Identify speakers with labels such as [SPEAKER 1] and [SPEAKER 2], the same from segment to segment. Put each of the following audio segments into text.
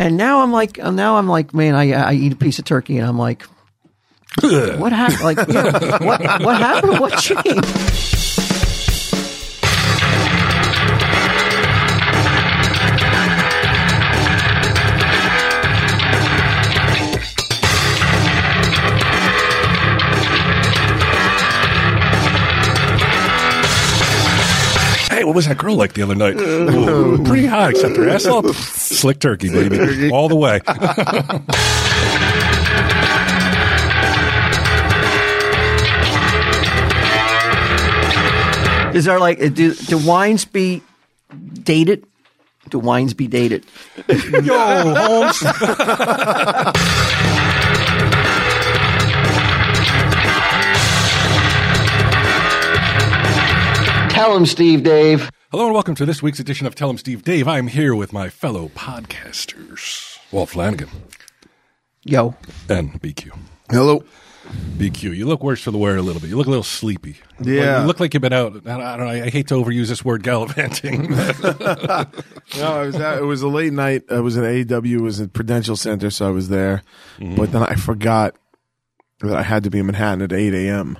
[SPEAKER 1] And now I'm like, now I'm like, man, I, I eat a piece of turkey and I'm like, what happened? Like, yeah, what, what happened? What changed?
[SPEAKER 2] Hey, what was that girl like the other night?
[SPEAKER 3] Mm.
[SPEAKER 2] Ooh, pretty hot, except her ass up. Slick turkey, baby, all the way.
[SPEAKER 1] Is there like, uh, do, do wines be dated? Do wines be dated?
[SPEAKER 2] Yo, Holmes.
[SPEAKER 1] Tell him, Steve, Dave.
[SPEAKER 2] Hello and welcome to this week's edition of Tell 'em Steve Dave. I'm here with my fellow podcasters, Walt Flanagan
[SPEAKER 1] Yo,
[SPEAKER 2] and BQ.
[SPEAKER 3] Hello.
[SPEAKER 2] BQ, you look worse for the wear a little bit. You look a little sleepy.
[SPEAKER 3] Yeah.
[SPEAKER 2] you look like you've been out. I don't, I don't know. I hate to overuse this word gallivanting.
[SPEAKER 3] No, I was at, it was a late night. I was at AEW. It was at Prudential Center, so I was there. But then I forgot that I had to be in Manhattan at 8 a.m.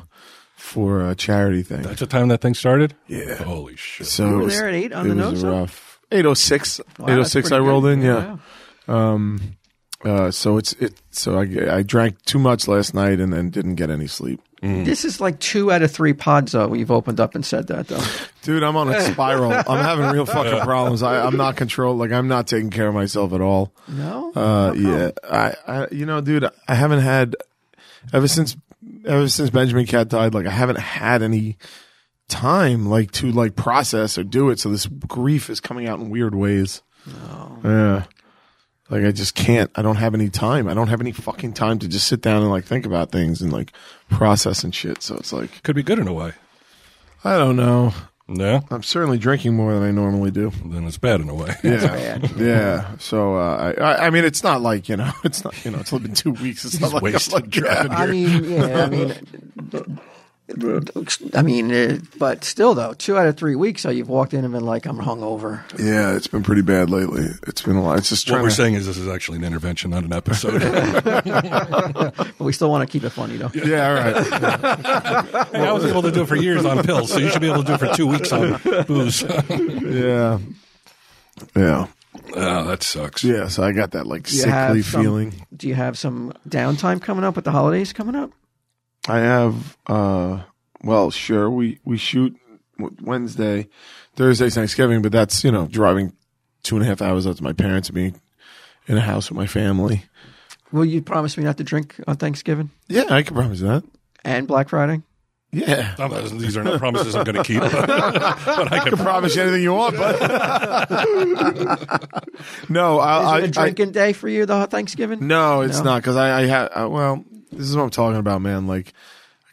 [SPEAKER 3] for a charity thing.
[SPEAKER 2] That's the time that thing started.
[SPEAKER 3] Yeah.
[SPEAKER 2] Holy shit.
[SPEAKER 3] so
[SPEAKER 1] were
[SPEAKER 3] it was,
[SPEAKER 1] there at 8 on the
[SPEAKER 3] it
[SPEAKER 1] nose,
[SPEAKER 3] was
[SPEAKER 1] huh?
[SPEAKER 3] rough. 806.
[SPEAKER 1] Wow, that's
[SPEAKER 3] 806 I
[SPEAKER 1] pretty
[SPEAKER 3] rolled
[SPEAKER 1] good.
[SPEAKER 3] in, yeah. Um, uh, so it's it. So I, I drank too much last night and then didn't get any sleep.
[SPEAKER 1] This is like two out of three pods though you've opened up and said that though.
[SPEAKER 3] Dude, I'm on a spiral. I'm having real fucking problems. I, I'm not controlled. Like I'm not taking care of myself at all.
[SPEAKER 1] No,
[SPEAKER 3] Uh, yeah. I, I, you know, dude, I haven't had ever since ever since Benjamin Cat died. Like I haven't had any time like to like process or do it. So this grief is coming out in weird ways. Oh. Yeah. Like I just can't. I don't have any time. I don't have any fucking time to just sit down and like think about things and like process and shit. So it's like
[SPEAKER 2] Could be good in a way.
[SPEAKER 3] I don't know.
[SPEAKER 2] No,
[SPEAKER 3] I'm certainly drinking more than I normally do.
[SPEAKER 2] then it's bad in a way.
[SPEAKER 3] Yeah, yeah. So uh, I- I, I mean, it's not like you know, it's not you know, it's only been two weeks. It's not like, I'm
[SPEAKER 2] wasted
[SPEAKER 3] like
[SPEAKER 2] driving.
[SPEAKER 3] yeah.
[SPEAKER 1] I mean, yeah, I mean, I mean, uh, but still though, two out of three weeks, so you've walked in and been like, I'm hungover.
[SPEAKER 3] yeah, it's been pretty bad lately. It's been a lot. It's just
[SPEAKER 2] What
[SPEAKER 3] trying
[SPEAKER 2] we're
[SPEAKER 3] to.
[SPEAKER 2] saying is this is actually an intervention, not an episode.
[SPEAKER 1] But we still want to keep it funny though.
[SPEAKER 3] yeah, all right.
[SPEAKER 2] Hey, I was able to do it for years on pills, so you should be able to do it for two weeks on booze.
[SPEAKER 3] Yeah, yeah,
[SPEAKER 2] oh, that sucks.
[SPEAKER 3] yeah. So I got that like
[SPEAKER 1] Do you
[SPEAKER 3] sickly
[SPEAKER 1] have some-
[SPEAKER 3] feeling.
[SPEAKER 1] Do you have some downtime coming up with the holidays coming up?
[SPEAKER 3] I have. uh Well, sure. We we shoot w- Wednesday, Thursday's Thanksgiving, but that's you know driving two and a half hours out to my parents and being in a house with my family.
[SPEAKER 1] Will you promise me not to drink on Thanksgiving
[SPEAKER 3] Yeah, I can promise that.
[SPEAKER 1] and Black Friday?
[SPEAKER 3] Yeah.
[SPEAKER 2] I'm not- These are not promises I'm going to keep, but I can
[SPEAKER 3] promise you anything you want, but no,
[SPEAKER 1] Is
[SPEAKER 3] I, I,
[SPEAKER 1] it a
[SPEAKER 3] I
[SPEAKER 1] drinking day for you, the Thanksgiving?
[SPEAKER 3] no, it's
[SPEAKER 1] No.
[SPEAKER 3] not because I, I had I, well, this is what I'm talking about, man. Like,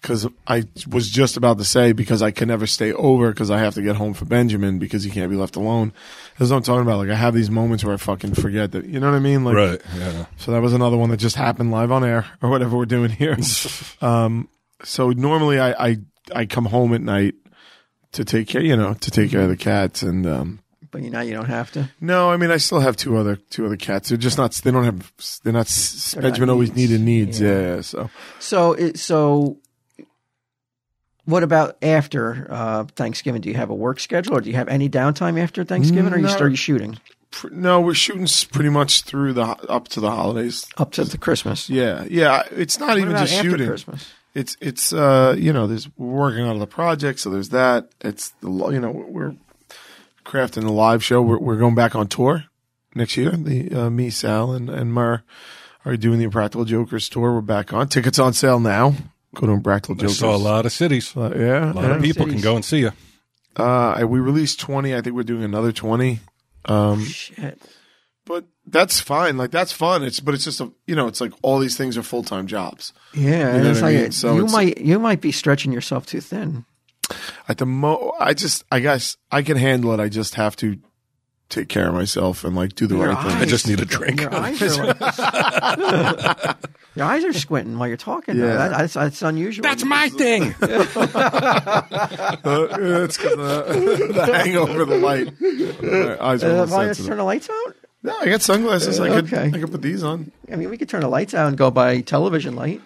[SPEAKER 3] because I was just about to say because I can never stay over because I have to get home for Benjamin because he can't be left alone. That's what I'm talking about. Like, I have these moments where I fucking forget that. You know what I mean? Like,
[SPEAKER 2] right. Yeah.
[SPEAKER 3] so that was another one that just happened live on air or whatever we're doing here. um, so normally I, I I come home at night to take care, you know, to take care of the cats and um,
[SPEAKER 1] But you know, you don't have to.
[SPEAKER 3] no, I mean I still have two other two other cats. They're just not. They don't have. They're not. s
[SPEAKER 1] They're not
[SPEAKER 3] Benjamin always
[SPEAKER 1] needs.
[SPEAKER 3] needed needs.
[SPEAKER 1] Yeah.
[SPEAKER 3] Yeah. yeah, So
[SPEAKER 1] So, it, so what about after uh, Thanksgiving? Do you have a work schedule, or do you have any downtime after Thanksgiving, or you
[SPEAKER 3] No.
[SPEAKER 1] start you shooting
[SPEAKER 3] pr- no, we're shooting s- pretty much through the ho- up to the holidays.
[SPEAKER 1] up to the Christmas?
[SPEAKER 3] Yeah, yeah. It's not
[SPEAKER 1] What
[SPEAKER 3] even
[SPEAKER 1] about
[SPEAKER 3] just
[SPEAKER 1] after
[SPEAKER 3] shooting.
[SPEAKER 1] Christmas?
[SPEAKER 3] It's it's uh you know there's we're working on the project, so there's that. It's the lo- you know we're crafting a live show. We're we're going back on tour next year. The uh, me Sal and and Mur are doing the Impractical Jokers tour. We're back on tickets on sale now. Go to Impractical
[SPEAKER 2] I
[SPEAKER 3] Jokers.
[SPEAKER 2] saw a lot of cities.
[SPEAKER 3] Uh, yeah,
[SPEAKER 2] A lot of
[SPEAKER 3] yeah.
[SPEAKER 2] people can go and see you.
[SPEAKER 3] Uh, I- we released 20. I think we're doing another 20. Um,
[SPEAKER 1] Shit.
[SPEAKER 3] but that's fine. Like that's fun. It's but it's just a you know it's like all these things are full time jobs.
[SPEAKER 1] Yeah,
[SPEAKER 3] know
[SPEAKER 1] it's
[SPEAKER 3] what I
[SPEAKER 1] like
[SPEAKER 3] mean? So
[SPEAKER 1] you
[SPEAKER 3] it's-
[SPEAKER 1] might you might be stretching yourself too thin.
[SPEAKER 3] At the mo, I just I guess I can handle it. I just have to take care of myself and like do the
[SPEAKER 1] Your
[SPEAKER 3] right thing.
[SPEAKER 1] eyes.
[SPEAKER 2] I just need a drink.
[SPEAKER 1] Your eyes are like, your eyes are squinting while you're talking. though.
[SPEAKER 3] Yeah.
[SPEAKER 1] That- that's, that's unusual.
[SPEAKER 2] my thing.
[SPEAKER 3] Uh, yeah, it's 'cause, uh, the hangover, the light. My eyes are a
[SPEAKER 1] Uh,
[SPEAKER 3] little
[SPEAKER 1] why
[SPEAKER 3] sensitive.
[SPEAKER 1] turn the lights out?
[SPEAKER 3] No, I got sunglasses. I could
[SPEAKER 1] Okay.
[SPEAKER 3] I could put these on.
[SPEAKER 1] I mean, we could turn the lights out and go by television light.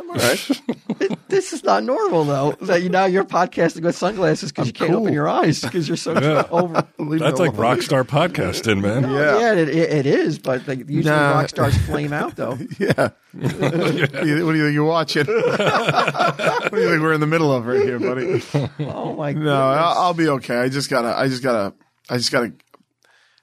[SPEAKER 3] I'm all right.
[SPEAKER 1] This is not normal, though. That you now you're podcasting with sunglasses because you can't
[SPEAKER 3] cool.
[SPEAKER 1] open your eyes because you're so
[SPEAKER 2] Yeah.
[SPEAKER 1] over.
[SPEAKER 3] Leave
[SPEAKER 2] That's
[SPEAKER 3] me
[SPEAKER 2] like
[SPEAKER 3] alone.
[SPEAKER 2] rock star podcasting, man.
[SPEAKER 1] Yeah,
[SPEAKER 3] Yeah.
[SPEAKER 1] it, it, it is, but like, usually
[SPEAKER 3] Nah.
[SPEAKER 1] rock stars flame out, though.
[SPEAKER 3] Yeah. what, do you, what do you think you're watching? what do you think we're in the middle of right here, buddy?
[SPEAKER 1] Oh my
[SPEAKER 3] No, I'll, I'll be okay. I just gotta. I just gotta. I just gotta.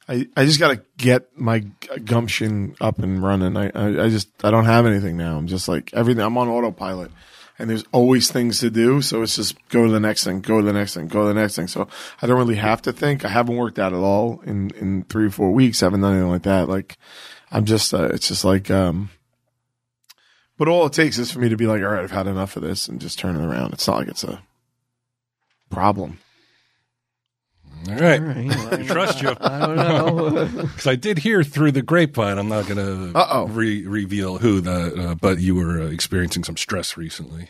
[SPEAKER 3] I, I just gotta get my g- gumption up and running. I, I I just I don't have anything now. I'm just like everything. I'm on autopilot, and there's always things to do. So it's just go to the next thing, go to the next thing, go to the next thing. So I don't really have to think. I haven't worked out at all in in three or four weeks. I haven't done anything like that. Like I'm just. Uh, it's just like. um But all it takes is for me to be like, all right, I've had enough of this, and just turn it around. It's not like it's a problem.
[SPEAKER 2] All right.
[SPEAKER 1] All right, well,
[SPEAKER 2] I trust you.
[SPEAKER 1] I don't know.
[SPEAKER 2] Because I did hear through the grapevine, I'm not going to
[SPEAKER 3] Uh-oh.
[SPEAKER 2] re- reveal who the, uh, but you were uh, experiencing some stress recently,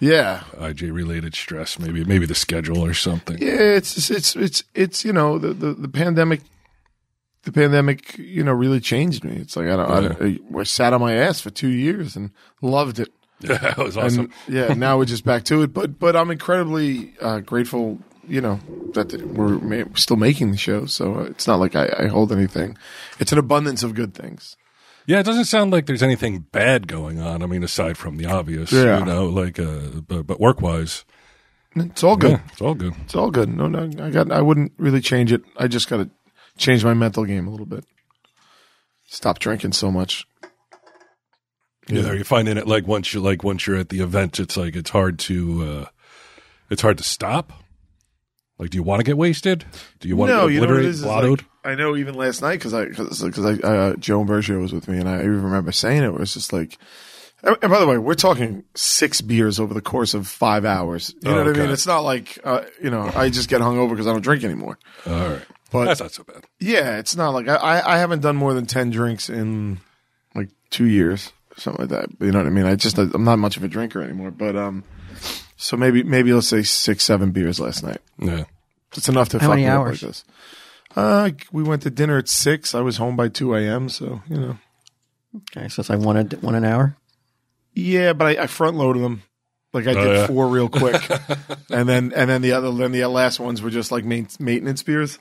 [SPEAKER 3] Yeah,
[SPEAKER 2] IJ related stress, maybe maybe the schedule or something.
[SPEAKER 3] yeah. It's it's- it's it's it's you know the, the, the pandemic, the pandemic you know really changed me. It's like I don't, I don't I, sat on my ass for two years and loved it.
[SPEAKER 2] that was awesome.
[SPEAKER 3] And yeah, now we're just back to it. But but I'm incredibly uh, grateful. You know that th- we're ma- still making the show, so uh, it's not like I, I hold anything. It's an abundance of good things.
[SPEAKER 2] yeah, it doesn't sound like there's anything bad going on. I mean, aside from the obvious,
[SPEAKER 3] Yeah.
[SPEAKER 2] you know, like, uh, but, but work wise,
[SPEAKER 3] It's all good.
[SPEAKER 2] yeah, it's all good.
[SPEAKER 3] It's all good. No, no, I got. I wouldn't really change it. I just got to change my mental game a little bit. Stop drinking so much.
[SPEAKER 2] Yeah. You know, you're finding it like once you like once you're at the event, it's like it's hard to uh it's hard to stop. Like, do you want to get wasted? Do you want
[SPEAKER 3] no,
[SPEAKER 2] to get
[SPEAKER 3] you know what it
[SPEAKER 2] obliterated,
[SPEAKER 3] is. is
[SPEAKER 2] blottoed?
[SPEAKER 3] like, I know even last night because I because I uh, Joan Berger was with me and I even remember saying it, it was just like. And by the way, we're talking six beers over the course of five hours. You know
[SPEAKER 2] Oh,
[SPEAKER 3] what I mean?
[SPEAKER 2] okay.
[SPEAKER 3] It's not like uh, you know I just get hungover because I don't drink anymore.
[SPEAKER 2] All right,
[SPEAKER 3] But-
[SPEAKER 2] that's not so bad.
[SPEAKER 3] Yeah, it's not like I, I I haven't done more than ten drinks in like two years, something like that. But you know what I mean? I just I'm not much of a drinker anymore. But um, so maybe maybe let's say six seven beers last night.
[SPEAKER 2] Yeah.
[SPEAKER 3] It's enough to
[SPEAKER 1] How
[SPEAKER 3] fuck
[SPEAKER 1] many
[SPEAKER 3] me up
[SPEAKER 1] hours?
[SPEAKER 3] like this. Uh, we went to dinner at six. I was home by two a.m. So you know,
[SPEAKER 1] okay, so it's like one a, one an hour.
[SPEAKER 3] yeah. But I, I front loaded them. Like I
[SPEAKER 2] Oh,
[SPEAKER 3] did
[SPEAKER 2] yeah.
[SPEAKER 3] four real quick, and then and then the other then the last ones were just like main, maintenance beers.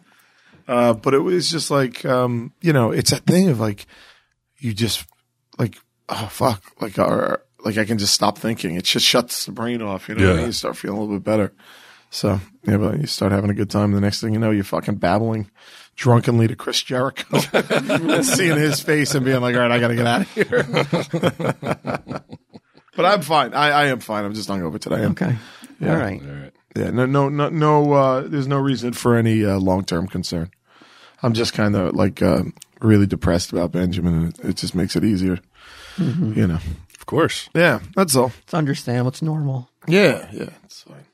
[SPEAKER 3] Uh, but it was just like um, you know, it's that thing of like you just like oh fuck, like or, like I can just stop thinking. It just shuts the brain off. You know, what I
[SPEAKER 2] Yeah.
[SPEAKER 3] mean? you start feeling a little bit better. So yeah, but you start having a good time. The next thing you know, you're fucking babbling drunkenly to Chris Jericho, and seeing his face and being like, "All right, I got to get out of here." but I'm fine. I, I am fine. I'm just hungover today. I'm-
[SPEAKER 1] Okay, all right.
[SPEAKER 2] All right.
[SPEAKER 3] Yeah. No. No. No. No. Uh, there's no reason for any uh, long term concern. I'm just kind of like uh, really depressed about Benjamin, and it, it just makes it easier.
[SPEAKER 1] Mm-hmm.
[SPEAKER 3] You know.
[SPEAKER 2] Of course.
[SPEAKER 3] Yeah. That's all.
[SPEAKER 1] It's understandable. It's normal.
[SPEAKER 3] Yeah. Yeah. It's fine.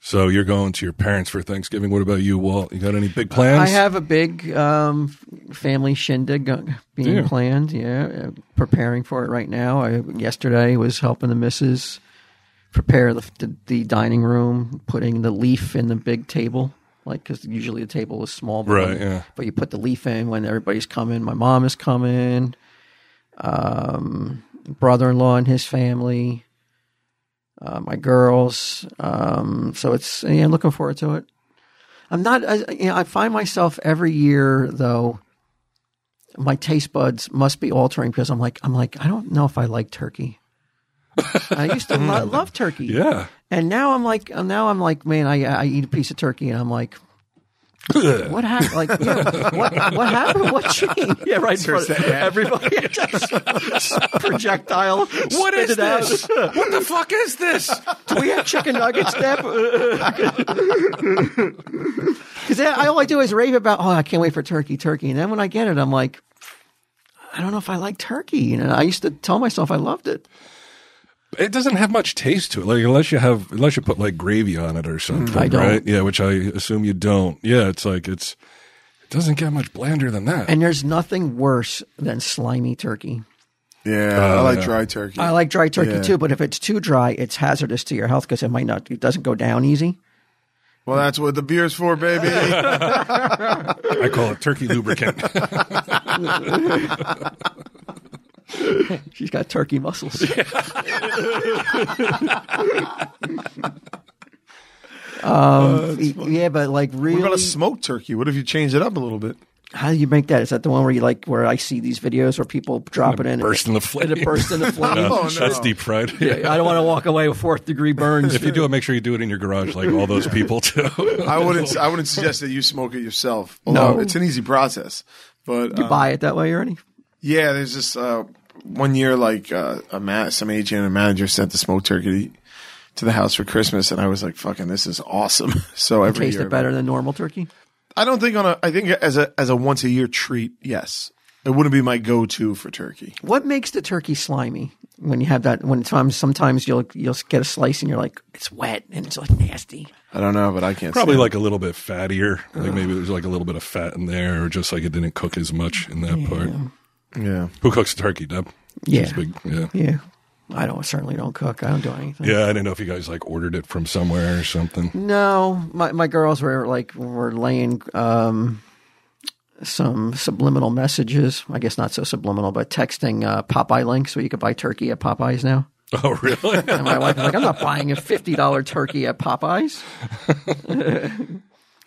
[SPEAKER 2] So you're going to your parents for Thanksgiving. What about you, Walt? You got any big plans?
[SPEAKER 1] I have a big um, f- family shindig go- being
[SPEAKER 2] Yeah.
[SPEAKER 1] planned. Yeah, uh, preparing for it right now. I yesterday was helping the missus prepare the, the, the dining room, putting the leaf in the big table. Like, because usually the table is small, but,
[SPEAKER 2] Right, yeah.
[SPEAKER 1] but you put the leaf in when everybody's coming. My mom is coming, um, brother in law and his family, uh, my girls. Um, so it's, yeah, I'm looking forward to it. I'm not. I, you know, I find myself every year though. My taste buds must be altering because I'm like I'm like I don't know if I like turkey. I used to lo- love turkey,
[SPEAKER 2] Yeah.
[SPEAKER 1] and now I'm like uh, now I'm like man, I I eat a piece of turkey and I'm like. What happened? Like, yeah, what, what happened? What changed? Yeah, right. In front of everybody, just, projectile. What is this?
[SPEAKER 2] what the fuck is this?
[SPEAKER 1] Do we have chicken nuggets, Deb? Because I all I do is rave about, oh, I can't wait for turkey, turkey. And then when I get it, I'm like, I don't know if I like turkey. And I used to tell myself I loved it.
[SPEAKER 2] It doesn't have much taste to it, like unless you have unless you put like gravy on it or something.
[SPEAKER 1] Mm, I don't.
[SPEAKER 2] Right? Yeah, which I assume you don't. Yeah, it's like it's it doesn't get much blander than that.
[SPEAKER 1] And there's nothing worse than slimy turkey.
[SPEAKER 3] Yeah. I like dry turkey.
[SPEAKER 1] Uh, I like dry turkey
[SPEAKER 3] Yeah.
[SPEAKER 1] too, but if it's too dry, it's hazardous to your health because it might not, it doesn't go down easy.
[SPEAKER 3] Well, that's what the beer's for, baby.
[SPEAKER 2] I call it turkey lubricant.
[SPEAKER 1] She's got turkey muscles. um, yeah, but like
[SPEAKER 3] what about
[SPEAKER 1] real.
[SPEAKER 3] a smoked turkey? What if you change it up a little bit?
[SPEAKER 1] How do you make that? Is that the one where you like where I see these videos where people drop it in,
[SPEAKER 2] burst in the
[SPEAKER 1] and it
[SPEAKER 2] flame.
[SPEAKER 1] bursts into flames?
[SPEAKER 2] Uh,
[SPEAKER 3] Oh, no.
[SPEAKER 2] That's deep fried.
[SPEAKER 1] I don't want to walk away with fourth degree burns.
[SPEAKER 2] If you do it, make sure you do it in your garage, like all those people too.
[SPEAKER 3] I wouldn't. I wouldn't suggest that you smoke it yourself.
[SPEAKER 1] No.
[SPEAKER 3] Although it's an easy process. But uh,
[SPEAKER 1] Buy it that way already.
[SPEAKER 3] yeah, there's this uh, one year like uh, a ma- some agent and manager sent the smoked turkey to the house for Christmas, and I was like, "Fucking, this is awesome!" So every
[SPEAKER 1] Taste
[SPEAKER 3] year,
[SPEAKER 1] it better than normal turkey.
[SPEAKER 3] I don't think on a. I think as a as a once a year treat, yes, it wouldn't be my go to for turkey.
[SPEAKER 1] What makes the turkey slimy? When you have that, when times sometimes you'll you'll get a slice and you're like it's wet and it's like nasty.
[SPEAKER 3] I don't know, but I can't
[SPEAKER 2] Probably
[SPEAKER 3] stand
[SPEAKER 2] like a little bit fattier. Like maybe there's like a little bit of fat in there, or just like it didn't cook as much in that part.
[SPEAKER 3] it. yeah.
[SPEAKER 2] Who cooks turkey, Deb?
[SPEAKER 1] Yeah.
[SPEAKER 2] It's big- yeah.
[SPEAKER 1] Yeah, I don't certainly don't cook. I don't do anything.
[SPEAKER 2] Yeah, I didn't know if you guys like ordered it from somewhere or something.
[SPEAKER 1] No, my my girls were like were laying um, some subliminal messages. I guess not so subliminal, but texting uh, Popeye links where you could buy turkey at Popeyes now.
[SPEAKER 2] Oh, really?
[SPEAKER 1] And my wife was like, "I'm not buying a fifty dollar turkey at Popeyes." she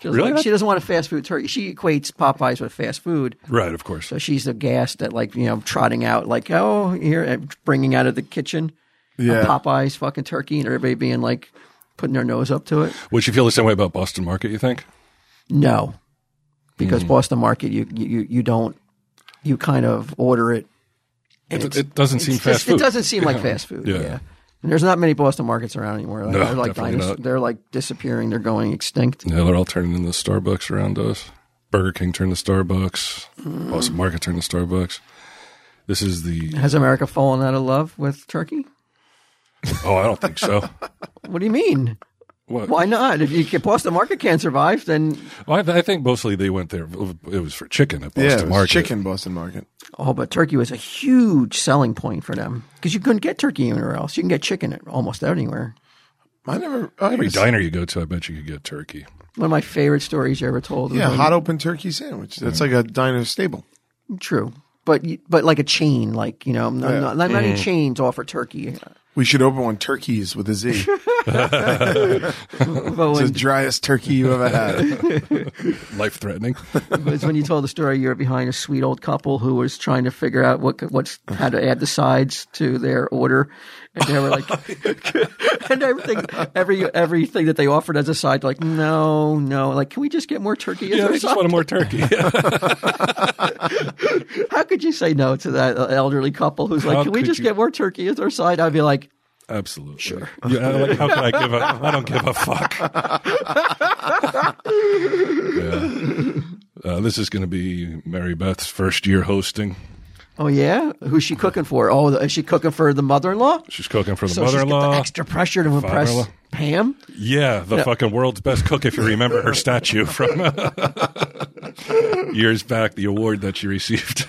[SPEAKER 1] was
[SPEAKER 2] Really?
[SPEAKER 1] like, she doesn't want a fast food turkey. She equates Popeyes with fast food.
[SPEAKER 2] right, of course.
[SPEAKER 1] So she's aghast at like you know trotting out like oh here and bringing out of the kitchen
[SPEAKER 3] Yeah.
[SPEAKER 1] a Popeyes fucking turkey and everybody being like putting their nose up to it.
[SPEAKER 2] Would you feel the same way about Boston Market? You think?
[SPEAKER 1] No,
[SPEAKER 2] Mm-hmm.
[SPEAKER 1] because Boston Market you you you don't you kind of order it. and
[SPEAKER 2] It,
[SPEAKER 1] it's-
[SPEAKER 2] it doesn't seem
[SPEAKER 1] it's
[SPEAKER 2] fast
[SPEAKER 1] just-
[SPEAKER 2] food.
[SPEAKER 1] It doesn't seem like fast food.
[SPEAKER 2] Yeah.
[SPEAKER 1] Yeah. And there's not many Boston markets around anymore. Like,
[SPEAKER 2] No,
[SPEAKER 1] they're like
[SPEAKER 2] definitely
[SPEAKER 1] dinos-
[SPEAKER 2] not.
[SPEAKER 1] they're like disappearing. They're going extinct.
[SPEAKER 2] Yeah, they're all turning into Starbucks around us. Burger King turned to Starbucks. Boston Market turned to Starbucks. This is the.
[SPEAKER 1] Has America fallen out of love with turkey?
[SPEAKER 2] Oh, I don't think so.
[SPEAKER 1] What do you mean?
[SPEAKER 2] What?
[SPEAKER 1] Why not? If you if Boston market can't survive, then
[SPEAKER 2] Well, I, th- I think mostly they went there. It was for chicken at Boston
[SPEAKER 3] yeah, it was
[SPEAKER 2] Market.
[SPEAKER 3] chicken Boston Market.
[SPEAKER 1] oh, but turkey was a huge selling point for them because you couldn't get turkey anywhere else. You can get chicken at almost anywhere.
[SPEAKER 3] I never. I
[SPEAKER 2] Every
[SPEAKER 3] guess-
[SPEAKER 2] diner you go to, I bet you could get turkey.
[SPEAKER 1] One of my favorite stories you ever told. was
[SPEAKER 3] Yeah,
[SPEAKER 1] when-
[SPEAKER 3] hot open turkey sandwich. That's like a diner staple.
[SPEAKER 1] True, but you- but like a chain, like you know, not, not, not many chains offer turkey.
[SPEAKER 3] We should open one turkeys with a Z.
[SPEAKER 1] But
[SPEAKER 3] the
[SPEAKER 1] when,
[SPEAKER 3] driest turkey you ever had.
[SPEAKER 2] Life threatening.
[SPEAKER 1] was when you told the story, you were behind a sweet old couple who was trying to figure out what what's how to add the sides to their order, and they were like, and everything, every everything that they offered as a side, like no, no, like can we just get more turkey? as
[SPEAKER 2] yeah,
[SPEAKER 1] our
[SPEAKER 2] I just
[SPEAKER 1] side?
[SPEAKER 2] wanted more turkey.
[SPEAKER 1] How could you say no to that uh, elderly couple who's
[SPEAKER 2] How
[SPEAKER 1] like, can we
[SPEAKER 2] could
[SPEAKER 1] just
[SPEAKER 2] you-
[SPEAKER 1] get more turkey as our side? I'd be like,
[SPEAKER 2] Absolutely. Sure. Yeah, I- like, how can I give a? I don't give a fuck. yeah. Uh, this is going to be Mary Beth's first year hosting.
[SPEAKER 1] oh yeah, who's she cooking for? Oh, is she cooking for the mother-in-law?
[SPEAKER 2] She's cooking for the
[SPEAKER 1] So she's got
[SPEAKER 2] mother-in-law.
[SPEAKER 1] the extra pressure to impress
[SPEAKER 2] Father-in-law.
[SPEAKER 1] Pam.
[SPEAKER 2] yeah, the fucking world's best cook. If you remember her statue from years back, the award that she received.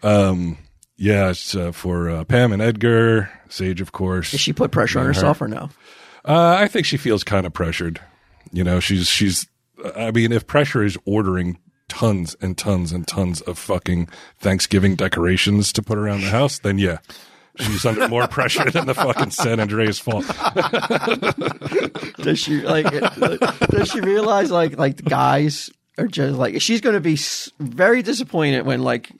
[SPEAKER 2] um, yeah, it's uh, for uh, Pam and Edgar Sage, of course.
[SPEAKER 1] Does she put pressure on herself or no?
[SPEAKER 2] Uh, I think she feels kind of pressured. You know, she's she's. I mean, if pressure is ordering tons and tons and tons of fucking Thanksgiving decorations to put around the house, then yeah, she's under more pressure than the fucking San Andreas Fault.
[SPEAKER 1] Does she like? does she realize like like the guys are just like she's going to be s- very disappointed when like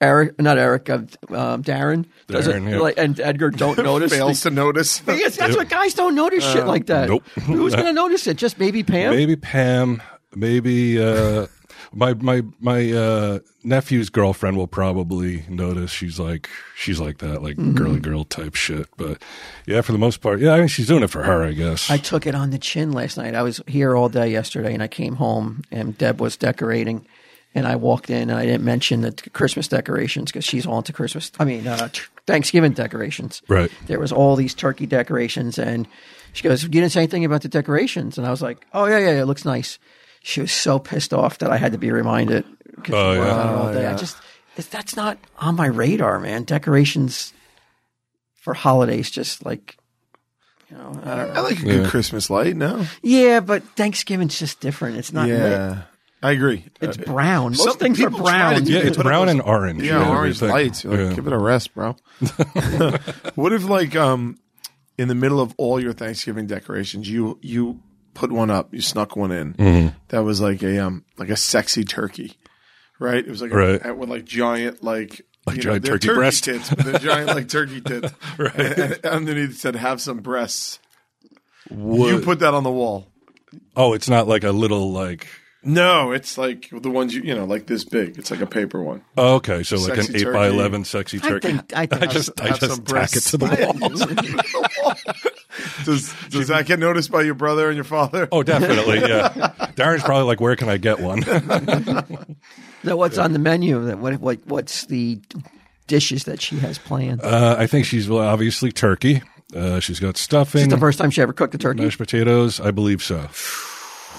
[SPEAKER 1] Eric, not Eric, uh, um, Darren, doesn't
[SPEAKER 2] Darren, yeah.
[SPEAKER 1] like, and Edgar don't notice.
[SPEAKER 3] Fails to notice.
[SPEAKER 1] Yes, that's what guys don't notice shit like that.
[SPEAKER 2] Uh, nope.
[SPEAKER 1] Who's going to notice it? Just maybe Pam.
[SPEAKER 2] Maybe Pam. Maybe uh, my my my uh, nephew's girlfriend will probably notice. She's like she's like that, like girly girl type shit. But yeah, for the most part, yeah, I mean, she's doing it for her, I guess.
[SPEAKER 1] I took it on the chin last night. I was here all day yesterday, and I came home, and Deb was decorating, and I walked in, and I didn't mention the t- Christmas decorations because she's all into Christmas. I mean, uh, tr- Thanksgiving decorations.
[SPEAKER 2] Right.
[SPEAKER 1] There was all these turkey decorations, and she goes, "You didn't say anything about the decorations," and I was like, "Oh yeah, yeah, yeah, it looks nice." She was so pissed off that I had to be reminded. 'cause
[SPEAKER 2] Oh,
[SPEAKER 1] we were
[SPEAKER 2] yeah.
[SPEAKER 1] on it all day. I just it's- that's not on my radar, man. Decorations for holidays, just like You know, I don't know.
[SPEAKER 3] I like a good
[SPEAKER 2] Yeah.
[SPEAKER 3] Christmas light. No,
[SPEAKER 1] Yeah, but Thanksgiving's just different. It's not. lit.
[SPEAKER 3] yeah, I agree.
[SPEAKER 1] It's
[SPEAKER 3] Uh,
[SPEAKER 1] brown. Most
[SPEAKER 3] Some
[SPEAKER 1] things are
[SPEAKER 3] people try to
[SPEAKER 1] brown.
[SPEAKER 3] do
[SPEAKER 2] Yeah,
[SPEAKER 3] They
[SPEAKER 2] it's
[SPEAKER 3] put up
[SPEAKER 2] brown
[SPEAKER 3] those-
[SPEAKER 2] and orange.
[SPEAKER 3] yeah, orange
[SPEAKER 2] everything.
[SPEAKER 3] lights. You're Like,
[SPEAKER 2] Yeah.
[SPEAKER 3] Give it a rest, bro. what if like um in the middle of all your Thanksgiving decorations, you you put one up, you snuck one in
[SPEAKER 2] Mm-hmm.
[SPEAKER 3] that was like a um like a sexy turkey, right? It was like a,
[SPEAKER 2] Right.
[SPEAKER 3] with like giant like.
[SPEAKER 2] Like
[SPEAKER 3] you
[SPEAKER 2] giant
[SPEAKER 3] they're
[SPEAKER 2] turkey breast.
[SPEAKER 3] tits, but they're giant like turkey tits. right. and, and underneath it said, "Have some breasts." You
[SPEAKER 2] Wood-
[SPEAKER 3] put that on the wall.
[SPEAKER 2] oh, it's not like a little like.
[SPEAKER 3] No, it's like the ones you you know like this big. It's like a paper one.
[SPEAKER 2] Oh, okay, so like
[SPEAKER 3] Sexy
[SPEAKER 2] an eight by
[SPEAKER 3] turkey.
[SPEAKER 2] eleven sexy
[SPEAKER 1] I
[SPEAKER 2] turkey.
[SPEAKER 1] think. I think. I
[SPEAKER 2] just I
[SPEAKER 3] Have some
[SPEAKER 2] just tack it
[SPEAKER 3] breasts.
[SPEAKER 2] to the wall.
[SPEAKER 3] does does that get noticed by your brother and your father?
[SPEAKER 2] Oh, definitely. Yeah, Darren's probably like, where can I get one?
[SPEAKER 1] no, what's on the menu? That what? What? What's the dishes that she has planned?
[SPEAKER 2] uh, I think she's well, obviously turkey. Uh, she's got
[SPEAKER 1] It's
[SPEAKER 2] stuffing,
[SPEAKER 1] the first time she ever cooked a turkey.
[SPEAKER 2] mashed potatoes. I believe so.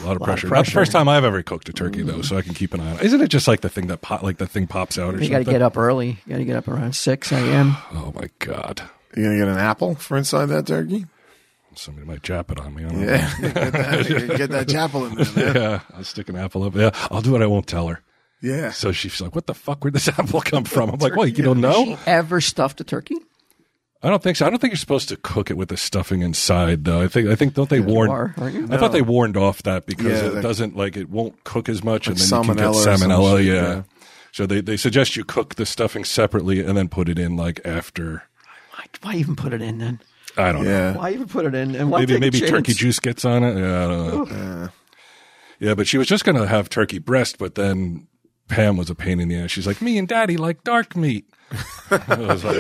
[SPEAKER 2] A lot of pressure. That's the
[SPEAKER 1] pressure.
[SPEAKER 2] first time I've ever cooked a turkey, though, so I can keep an eye on. it. Isn't it just like the thing that pop, like the thing pops out or
[SPEAKER 1] You got to
[SPEAKER 2] something?
[SPEAKER 1] get up early. You got to get up around six a.m.
[SPEAKER 2] Oh my god!
[SPEAKER 3] You gonna get an apple for inside that turkey?
[SPEAKER 2] Somebody might jap it on me. I don't know.
[SPEAKER 3] Yeah, get that, get that chapel in there. Man.
[SPEAKER 2] Yeah, I'll stick an apple up. Yeah, I'll do it. I won't tell her.
[SPEAKER 3] Yeah,
[SPEAKER 2] So she's like, "What the fuck? Where'd this apple come from?" I'm like, "Well, you don't know?
[SPEAKER 1] Ever stuffed a turkey?
[SPEAKER 2] I don't think so. I don't think you're supposed to cook it with the stuffing inside, though. I think I think don't they warn?
[SPEAKER 1] are, aren't you?
[SPEAKER 2] I thought they warned off that because
[SPEAKER 3] Yeah,
[SPEAKER 2] it
[SPEAKER 3] they-
[SPEAKER 2] doesn't like it won't cook as much, and
[SPEAKER 3] Like
[SPEAKER 2] then you can get
[SPEAKER 3] salmonella or some
[SPEAKER 2] salmonella.
[SPEAKER 3] shit,
[SPEAKER 2] yeah.
[SPEAKER 3] yeah.
[SPEAKER 2] So they they suggest you cook the stuffing separately and then put it in like after.
[SPEAKER 1] Why, why even put it in then?
[SPEAKER 2] I don't know.
[SPEAKER 3] yeah.
[SPEAKER 1] Why even put it in? And why
[SPEAKER 2] Maybe
[SPEAKER 1] take a
[SPEAKER 2] maybe
[SPEAKER 1] chance?
[SPEAKER 2] turkey juice gets on it. Yeah, I don't know. Yeah, but she was just going to have turkey breast, but then Pam was a pain in the ass. She's like, "Me and Daddy like dark meat." I was like,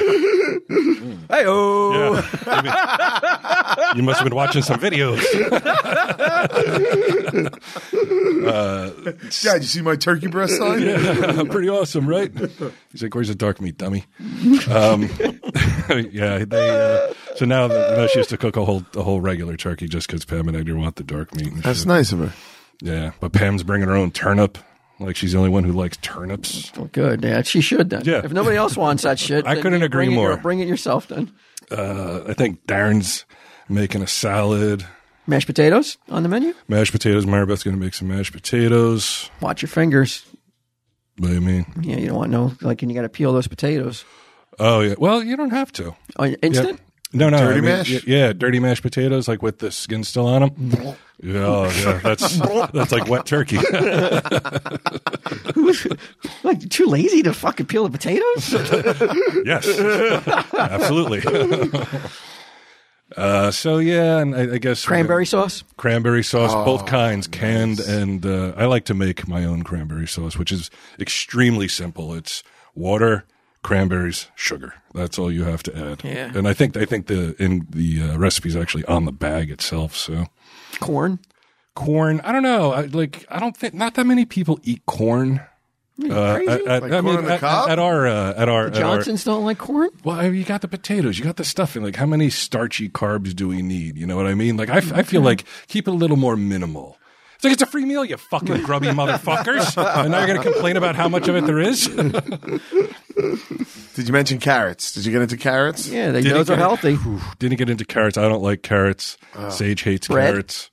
[SPEAKER 1] Hey-oh.
[SPEAKER 2] Yeah. you must have been watching some videos.
[SPEAKER 3] Dad, you see my turkey breast sign?
[SPEAKER 2] Pretty awesome, right? He's like, "Where's the dark meat, dummy?" Um, yeah, they. Uh, so now, the, now she has to cook a whole a whole regular turkey just because Pam and Edgar want the dark meat. and
[SPEAKER 3] That's
[SPEAKER 2] shit.
[SPEAKER 3] nice of her.
[SPEAKER 2] yeah, but Pam's bringing her own turnip. Like she's the only one who likes turnips.
[SPEAKER 1] Well, good. Yeah, she should then.
[SPEAKER 2] Yeah.
[SPEAKER 1] If nobody else wants that shit,
[SPEAKER 2] I
[SPEAKER 1] then
[SPEAKER 2] couldn't
[SPEAKER 1] you
[SPEAKER 2] agree
[SPEAKER 1] bring it-
[SPEAKER 2] more.
[SPEAKER 1] bring it yourself then.
[SPEAKER 2] Uh, I think Darren's making a salad.
[SPEAKER 1] Mashed potatoes on the menu.
[SPEAKER 2] Mashed potatoes. Maribeth's going to make some mashed potatoes.
[SPEAKER 1] Watch your fingers.
[SPEAKER 2] What do you mean?
[SPEAKER 1] Yeah, you don't want no like, and you got to peel those potatoes.
[SPEAKER 2] Oh yeah. Well, you don't have to.
[SPEAKER 1] Oh, instant.
[SPEAKER 2] No, no,
[SPEAKER 3] Dirty
[SPEAKER 2] I mean,
[SPEAKER 3] mash?
[SPEAKER 2] y- Yeah, dirty mashed potatoes, like with the skin still on them. yeah, oh, yeah, that's that's like wet turkey.
[SPEAKER 1] Like you're too lazy to fucking peel the potatoes.
[SPEAKER 2] yes, absolutely. uh, so yeah, and I, I guess we're gonna-
[SPEAKER 1] Cranberry sauce.
[SPEAKER 2] cranberry sauce,
[SPEAKER 3] Oh,
[SPEAKER 2] both kinds, canned and uh, I like to make my own cranberry sauce, which is extremely simple. It's water, cranberries, sugar. That's all you have to add.
[SPEAKER 1] Yeah.
[SPEAKER 2] and I think I think the in the uh, recipe's actually on the bag itself. So.
[SPEAKER 1] corn.
[SPEAKER 2] corn. I don't know. I, like I don't think not that many people eat corn. Uh,
[SPEAKER 1] crazy?
[SPEAKER 2] at, at-
[SPEAKER 3] Like
[SPEAKER 2] I
[SPEAKER 3] corn
[SPEAKER 2] mean,
[SPEAKER 3] on the
[SPEAKER 2] at,
[SPEAKER 3] cob?
[SPEAKER 2] at our uh, at our at our-
[SPEAKER 1] Johnsons don't like corn.
[SPEAKER 2] well, I- you got the potatoes, you got the stuffing. Like, how many starchy carbs do we need? You know what I mean? Like, I, f- I feel like keep it a little more minimal. It's like it's a free meal, you fucking grubby motherfuckers, and now you're gonna complain about how much of it there is.
[SPEAKER 3] Did you mention carrots? Did you get into carrots?
[SPEAKER 1] Yeah, they,
[SPEAKER 2] Did
[SPEAKER 1] those
[SPEAKER 2] it
[SPEAKER 1] are
[SPEAKER 2] get-
[SPEAKER 1] healthy.
[SPEAKER 2] Didn't get into carrots. I don't like carrots. Sage hates
[SPEAKER 1] Uh, Bread?
[SPEAKER 2] carrots.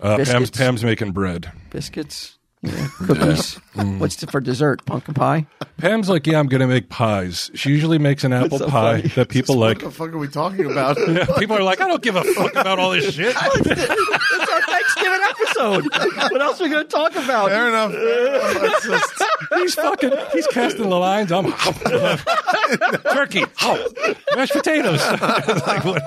[SPEAKER 2] Uh, Pam's
[SPEAKER 1] Biscuits?
[SPEAKER 2] Pam's making bread.
[SPEAKER 1] Biscuits. Yeah, cookies. What's the, for dessert? Pumpkin pie.
[SPEAKER 2] Pam's like, yeah, I'm gonna make pies. She usually makes an apple
[SPEAKER 1] so
[SPEAKER 2] pie
[SPEAKER 1] funny.
[SPEAKER 2] that people like.
[SPEAKER 3] What the fuck are we talking about?
[SPEAKER 2] People are like, I don't give a fuck about all this shit.
[SPEAKER 1] It's our Thanksgiving episode. What else are we going to talk about?
[SPEAKER 3] Fair enough. Let's just-
[SPEAKER 2] He's fucking, he's casting the lines. I'm turkey, mashed potatoes. It's like, what-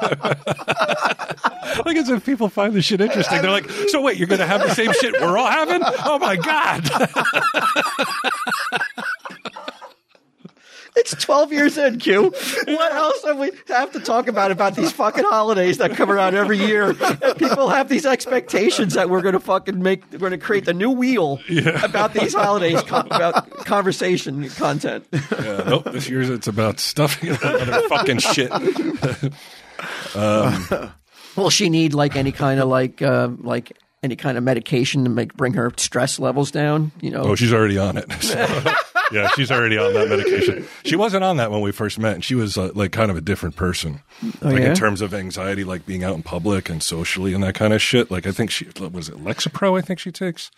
[SPEAKER 2] like as if people find this shit interesting. They're like, so wait, you're gonna have the same shit we're all having? Oh my god!
[SPEAKER 1] It's 12 years in, Q. What else do we have to talk about about these fucking holidays that come around every year? And people have these expectations that we're going to fucking make, we're going to create the new wheel about these holidays, co- about conversation content.
[SPEAKER 2] Yeah, nope. This year's it's about stuffing and other fucking shit.
[SPEAKER 1] Will she need like any kind of like, uh, like, any kind of medication to make bring her stress levels down, you know.
[SPEAKER 2] Oh, she's already on it. yeah, she's already on that medication. She wasn't on that when we first met, and she was uh, like kind of a different person, like
[SPEAKER 1] Oh, yeah?
[SPEAKER 2] in terms of anxiety, like being out in public and socially and that kind of shit. Like I think she what was it Lexapro. I think she takes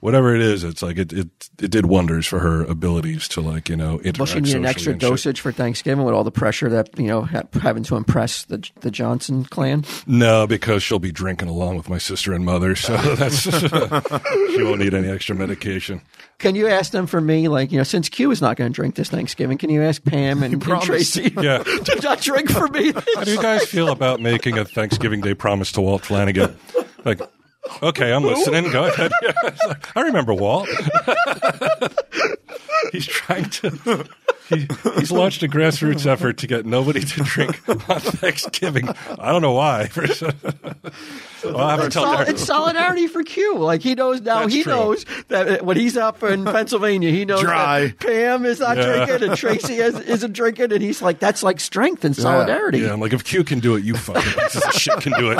[SPEAKER 2] whatever it is. It's like it it, it did wonders for her abilities to like you know interact.
[SPEAKER 1] Well, she needed an
[SPEAKER 2] socially
[SPEAKER 1] extra
[SPEAKER 2] and shit.
[SPEAKER 1] dosage for Thanksgiving with all the pressure that you know ha- having to impress the the Johnson clan.
[SPEAKER 2] No, because she'll be drinking along with my sister and mother, so that's she won't need any extra medication.
[SPEAKER 1] Can you ask them for me? Like you know, since Q is not going to drink this Thanksgiving, can you ask Pam and, and
[SPEAKER 3] promised.
[SPEAKER 1] Tracy
[SPEAKER 2] Yeah.
[SPEAKER 1] to not drink for me?
[SPEAKER 2] How do you guys feel about making a Thanksgiving Day promise to Walt Flanagan? Like, okay, I'm listening. Go ahead. Yeah, it's like, I remember Walt. he's trying to. He, he's launched a grassroots effort to get nobody to drink on Thanksgiving. I don't know why. I'll have to
[SPEAKER 1] It's,
[SPEAKER 2] tell
[SPEAKER 1] sol-
[SPEAKER 2] Derek.
[SPEAKER 1] it's solidarity for Q. Like he knows now.
[SPEAKER 2] That's
[SPEAKER 1] he
[SPEAKER 2] true.
[SPEAKER 1] knows that uh, when he's up in Pennsylvania, he knows
[SPEAKER 3] Dry.
[SPEAKER 1] that Pam is not
[SPEAKER 2] Yeah.
[SPEAKER 1] drinking and Tracy is, isn't drinking, and he's like, that's like strength and solidarity.
[SPEAKER 2] Yeah, I'm like, if Q can do it, you fucking pieces of shit can do it.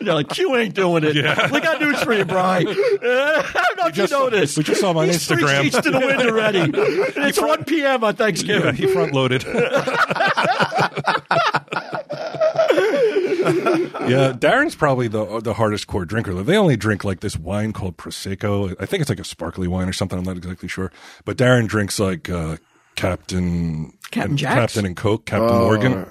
[SPEAKER 1] And they're like, Q ain't doing it. We got news for you, Brian. I don't know if
[SPEAKER 2] just-
[SPEAKER 1] you noticed.
[SPEAKER 2] we just saw him on
[SPEAKER 1] He's three
[SPEAKER 2] Instagram.
[SPEAKER 1] sheets to the wind already. And it's 1 p.m. on
[SPEAKER 2] Yeah,
[SPEAKER 1] Thanksgiving.
[SPEAKER 2] he front loaded. yeah, Darren's probably the the hardest core drinker. They only drink like this wine called prosecco. I think it's like a sparkly wine or something. I'm not exactly sure. But Darren drinks like uh, Captain
[SPEAKER 1] Captain
[SPEAKER 2] and,
[SPEAKER 1] Jack's?
[SPEAKER 2] Captain and Coke, Captain Morgan.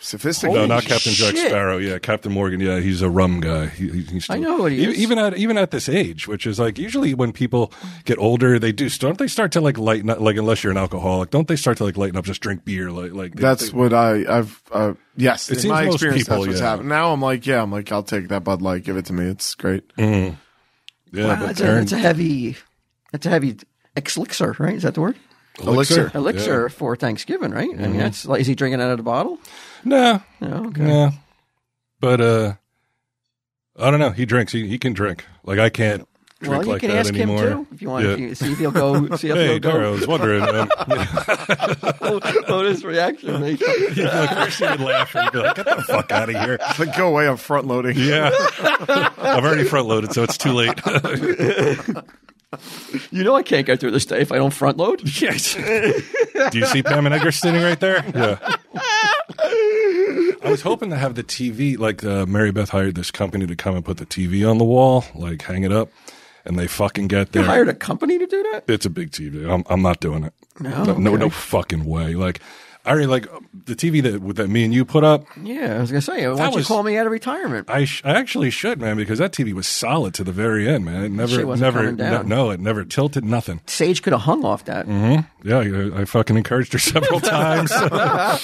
[SPEAKER 3] Sophisticated.
[SPEAKER 2] No, not Captain Jack
[SPEAKER 1] shit.
[SPEAKER 2] Sparrow. Yeah, Captain Morgan. Yeah, he's a rum guy. He, he- he's still,
[SPEAKER 1] I know what he
[SPEAKER 2] E-
[SPEAKER 1] is.
[SPEAKER 2] Even at even at this age, which is like usually when people get older, they do don't they start to like lighten up? Like unless you're an alcoholic, don't they start to like lighten up? Just drink beer. Like like they-
[SPEAKER 3] That's what I, I've, uh, yes, in
[SPEAKER 2] seems
[SPEAKER 3] my
[SPEAKER 2] most
[SPEAKER 3] experience,
[SPEAKER 2] people,
[SPEAKER 3] that's what's
[SPEAKER 2] yeah.
[SPEAKER 3] happened. Now I'm like, yeah, I'm like, I'll take that Bud Light, give it to me. It's great.
[SPEAKER 2] Yeah,
[SPEAKER 1] Wow,
[SPEAKER 2] but
[SPEAKER 1] that's, a,
[SPEAKER 2] Darren-
[SPEAKER 1] that's a heavy, that's a heavy elixir, right? Is that the word?
[SPEAKER 3] Elixir.
[SPEAKER 1] Elixir for Thanksgiving, right? I mean, that's like, is he drinking out of the bottle?
[SPEAKER 2] Nah,
[SPEAKER 1] No, okay.
[SPEAKER 2] Mm-hmm. nah. But uh, I don't know. He drinks. He he can drink. Like I can't
[SPEAKER 1] Well,
[SPEAKER 2] drink
[SPEAKER 1] you
[SPEAKER 2] like
[SPEAKER 1] can
[SPEAKER 2] that
[SPEAKER 1] ask
[SPEAKER 2] anymore.
[SPEAKER 1] him too if you want
[SPEAKER 2] Yeah.
[SPEAKER 1] if you, see if he'll go. See if
[SPEAKER 2] Hey,
[SPEAKER 1] he'll
[SPEAKER 2] Dara, I
[SPEAKER 1] go.
[SPEAKER 2] was wondering. Man.
[SPEAKER 1] What his reaction? may be.
[SPEAKER 2] He'd be like, first he would laugh and be like, "Get the fuck out of here."
[SPEAKER 3] Like, go away. I'm front loading.
[SPEAKER 2] Yeah, I've already front loaded, so it's too late.
[SPEAKER 1] You know, I can't get through this day if I don't front load.
[SPEAKER 2] yes. Do you see Pam and Edgar standing right there? Yeah. I was hoping to have the TV, like uh, Mary Beth hired this company to come and put the TV on the wall, like hang it up, and they fucking get there.
[SPEAKER 1] You hired a company to do that.
[SPEAKER 2] It's a big TV. I'm, I'm not doing it. No, no, no, fucking way. Like, I already like the TV that that me and you put up.
[SPEAKER 1] Yeah, I was gonna say. Why don't you
[SPEAKER 2] was-
[SPEAKER 1] call me out of retirement?
[SPEAKER 2] I sh- I actually should, man, because that TV was solid to the very end, man. It never,
[SPEAKER 1] shit wasn't
[SPEAKER 2] never,
[SPEAKER 1] coming
[SPEAKER 2] no,
[SPEAKER 1] down.
[SPEAKER 2] no, it never tilted, nothing.
[SPEAKER 1] Sage could have hung off that.
[SPEAKER 2] Mm-hmm. Yeah, I, I fucking encouraged her several times. uh,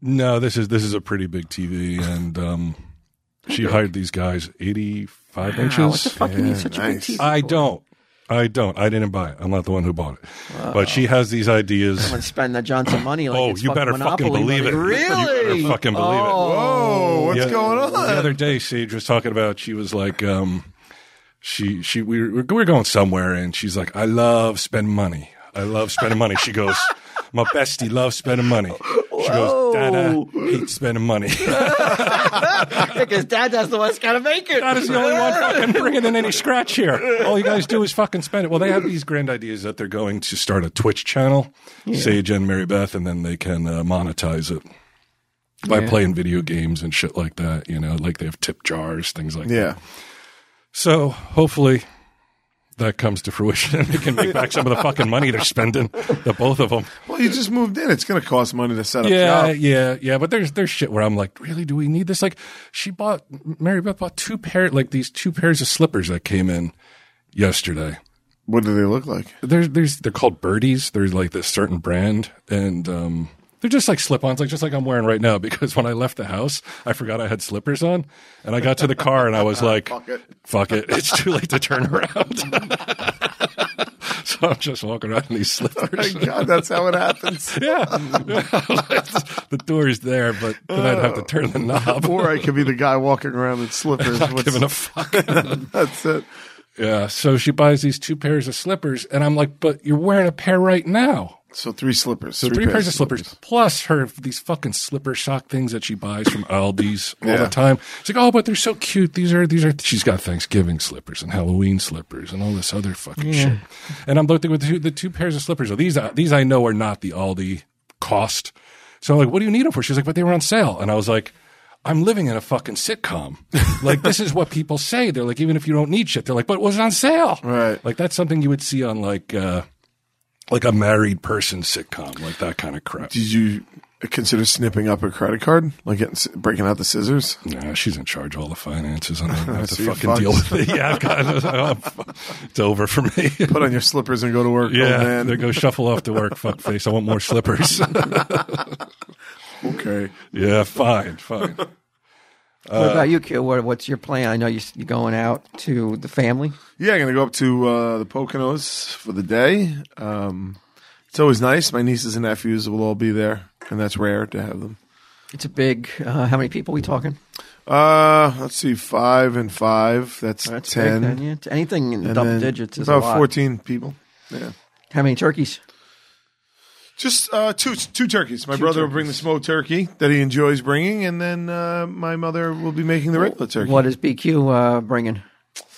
[SPEAKER 2] no, this is this is a pretty big TV, and um, she hired these guys, eighty five
[SPEAKER 1] Wow, what the
[SPEAKER 2] inches.
[SPEAKER 1] fuck? you need such
[SPEAKER 3] nice.
[SPEAKER 1] a big TV.
[SPEAKER 2] I don't. I don't. I didn't buy it. I'm not the one who bought it. But she has these ideas.
[SPEAKER 1] And spend that Johnson money. Like
[SPEAKER 2] oh,
[SPEAKER 1] it's
[SPEAKER 2] you better
[SPEAKER 1] monopoly
[SPEAKER 2] fucking believe
[SPEAKER 1] money.
[SPEAKER 2] it.
[SPEAKER 1] Really? Oh,
[SPEAKER 2] You better fucking believe it.
[SPEAKER 3] Whoa, Oh, what's
[SPEAKER 2] Yeah.
[SPEAKER 3] going
[SPEAKER 2] The
[SPEAKER 3] on?
[SPEAKER 2] other day, Sage was talking about, she was like, um, she, she, we were, we were going somewhere and she's like, I love spending money. I love spending money. She goes, my bestie loves spending money. She goes, Dada hates spending money.
[SPEAKER 1] because dad that's the one's gotta make it.
[SPEAKER 2] That is the only one fucking bringing in any scratch here. All you guys do is fucking spend it. Well, they have these grand ideas that they're going to start a Twitch channel, Sage and Mary Beth, and then they can uh, monetize it by playing video games and shit like that. You know, like they have tip jars, things like that.
[SPEAKER 3] Yeah.
[SPEAKER 2] So hopefully that comes to fruition and they can make back some of the fucking money they're spending, the both of them.
[SPEAKER 3] Well, you just moved in. It's going to cost money to set up
[SPEAKER 2] Yeah,
[SPEAKER 3] shop.
[SPEAKER 2] yeah, yeah. But there's there's shit where I'm like, really, do we need this? Like, she bought Mary Beth bought two pair like these two pairs of slippers that came in yesterday.
[SPEAKER 3] What do they look like?
[SPEAKER 2] There's there's they're called birdies. There's like this certain brand, and um, they're just like slip-ons, like just like I'm wearing right now. Because when I left the house, I forgot I had slippers on, and I got to the car and I was like,
[SPEAKER 3] Fuck it.
[SPEAKER 2] fuck it, it's too late to turn around. so I'm just walking around in these slippers.
[SPEAKER 3] My God, that's how it happens.
[SPEAKER 2] Yeah. the door is there, but then I'd have to turn the knob.
[SPEAKER 3] or I could be the guy walking around in slippers. What's-
[SPEAKER 2] Giving a fuck.
[SPEAKER 3] that's it.
[SPEAKER 2] Yeah. So she buys these two pairs of slippers, and I'm like, but you're wearing a pair right now.
[SPEAKER 3] So three slippers.
[SPEAKER 2] So three, pairs of slippers, plus her these fucking slipper sock things that she buys from Aldi's all
[SPEAKER 3] Yeah.
[SPEAKER 2] the time. It's like, oh, but they're so cute. These are these are. She's got Thanksgiving slippers and Halloween slippers and all this other fucking shit. And I'm looking with the two, the two pairs of slippers. So these uh, these I know are not the Aldi cost. So I'm like, what do you need them for? She's like, but they were on sale. And I was like. I'm living in a fucking sitcom. Like this is what people say. They're like, even if you don't need shit, they're like, but it was on sale.
[SPEAKER 3] Right.
[SPEAKER 2] Like that's something you would see on like uh like a married person sitcom, like that kind of crap.
[SPEAKER 3] Did you consider snipping up her credit card, like getting, breaking out the scissors?
[SPEAKER 2] Nah, she's in charge of all the finances. I don't have to
[SPEAKER 3] So you're
[SPEAKER 2] fucking
[SPEAKER 3] fucked.
[SPEAKER 2] deal with it. Yeah, God, I'm fu- oh, it's over for me.
[SPEAKER 3] Put on your slippers and go to work.
[SPEAKER 2] Yeah,
[SPEAKER 3] oh, man.
[SPEAKER 2] they go shuffle off to work, fuck face. I want more slippers.
[SPEAKER 3] okay.
[SPEAKER 2] yeah, fine, fine.
[SPEAKER 1] what
[SPEAKER 2] Uh,
[SPEAKER 1] about you, Q? What, what's your plan? I know you, you're going out to the family.
[SPEAKER 3] Yeah, I'm gonna go up to uh, the Poconos for the day. Um, it's always nice. My nieces and nephews will all be there, and that's rare to have them.
[SPEAKER 1] It's a big. Uh, how many people we talking?
[SPEAKER 3] Uh, let's see, five and five. That's,
[SPEAKER 1] That's big,
[SPEAKER 3] ten.
[SPEAKER 1] then, yeah. Anything in
[SPEAKER 3] And
[SPEAKER 1] double
[SPEAKER 3] then
[SPEAKER 1] digits is
[SPEAKER 3] about
[SPEAKER 1] a lot.
[SPEAKER 3] fourteen people. Yeah,
[SPEAKER 1] How many turkeys?
[SPEAKER 3] just uh, two two turkeys. My brother will bring the smoked turkey that he enjoys bringing, and then uh, my mother will be making the regular turkey.
[SPEAKER 1] What is BQ uh, bringing?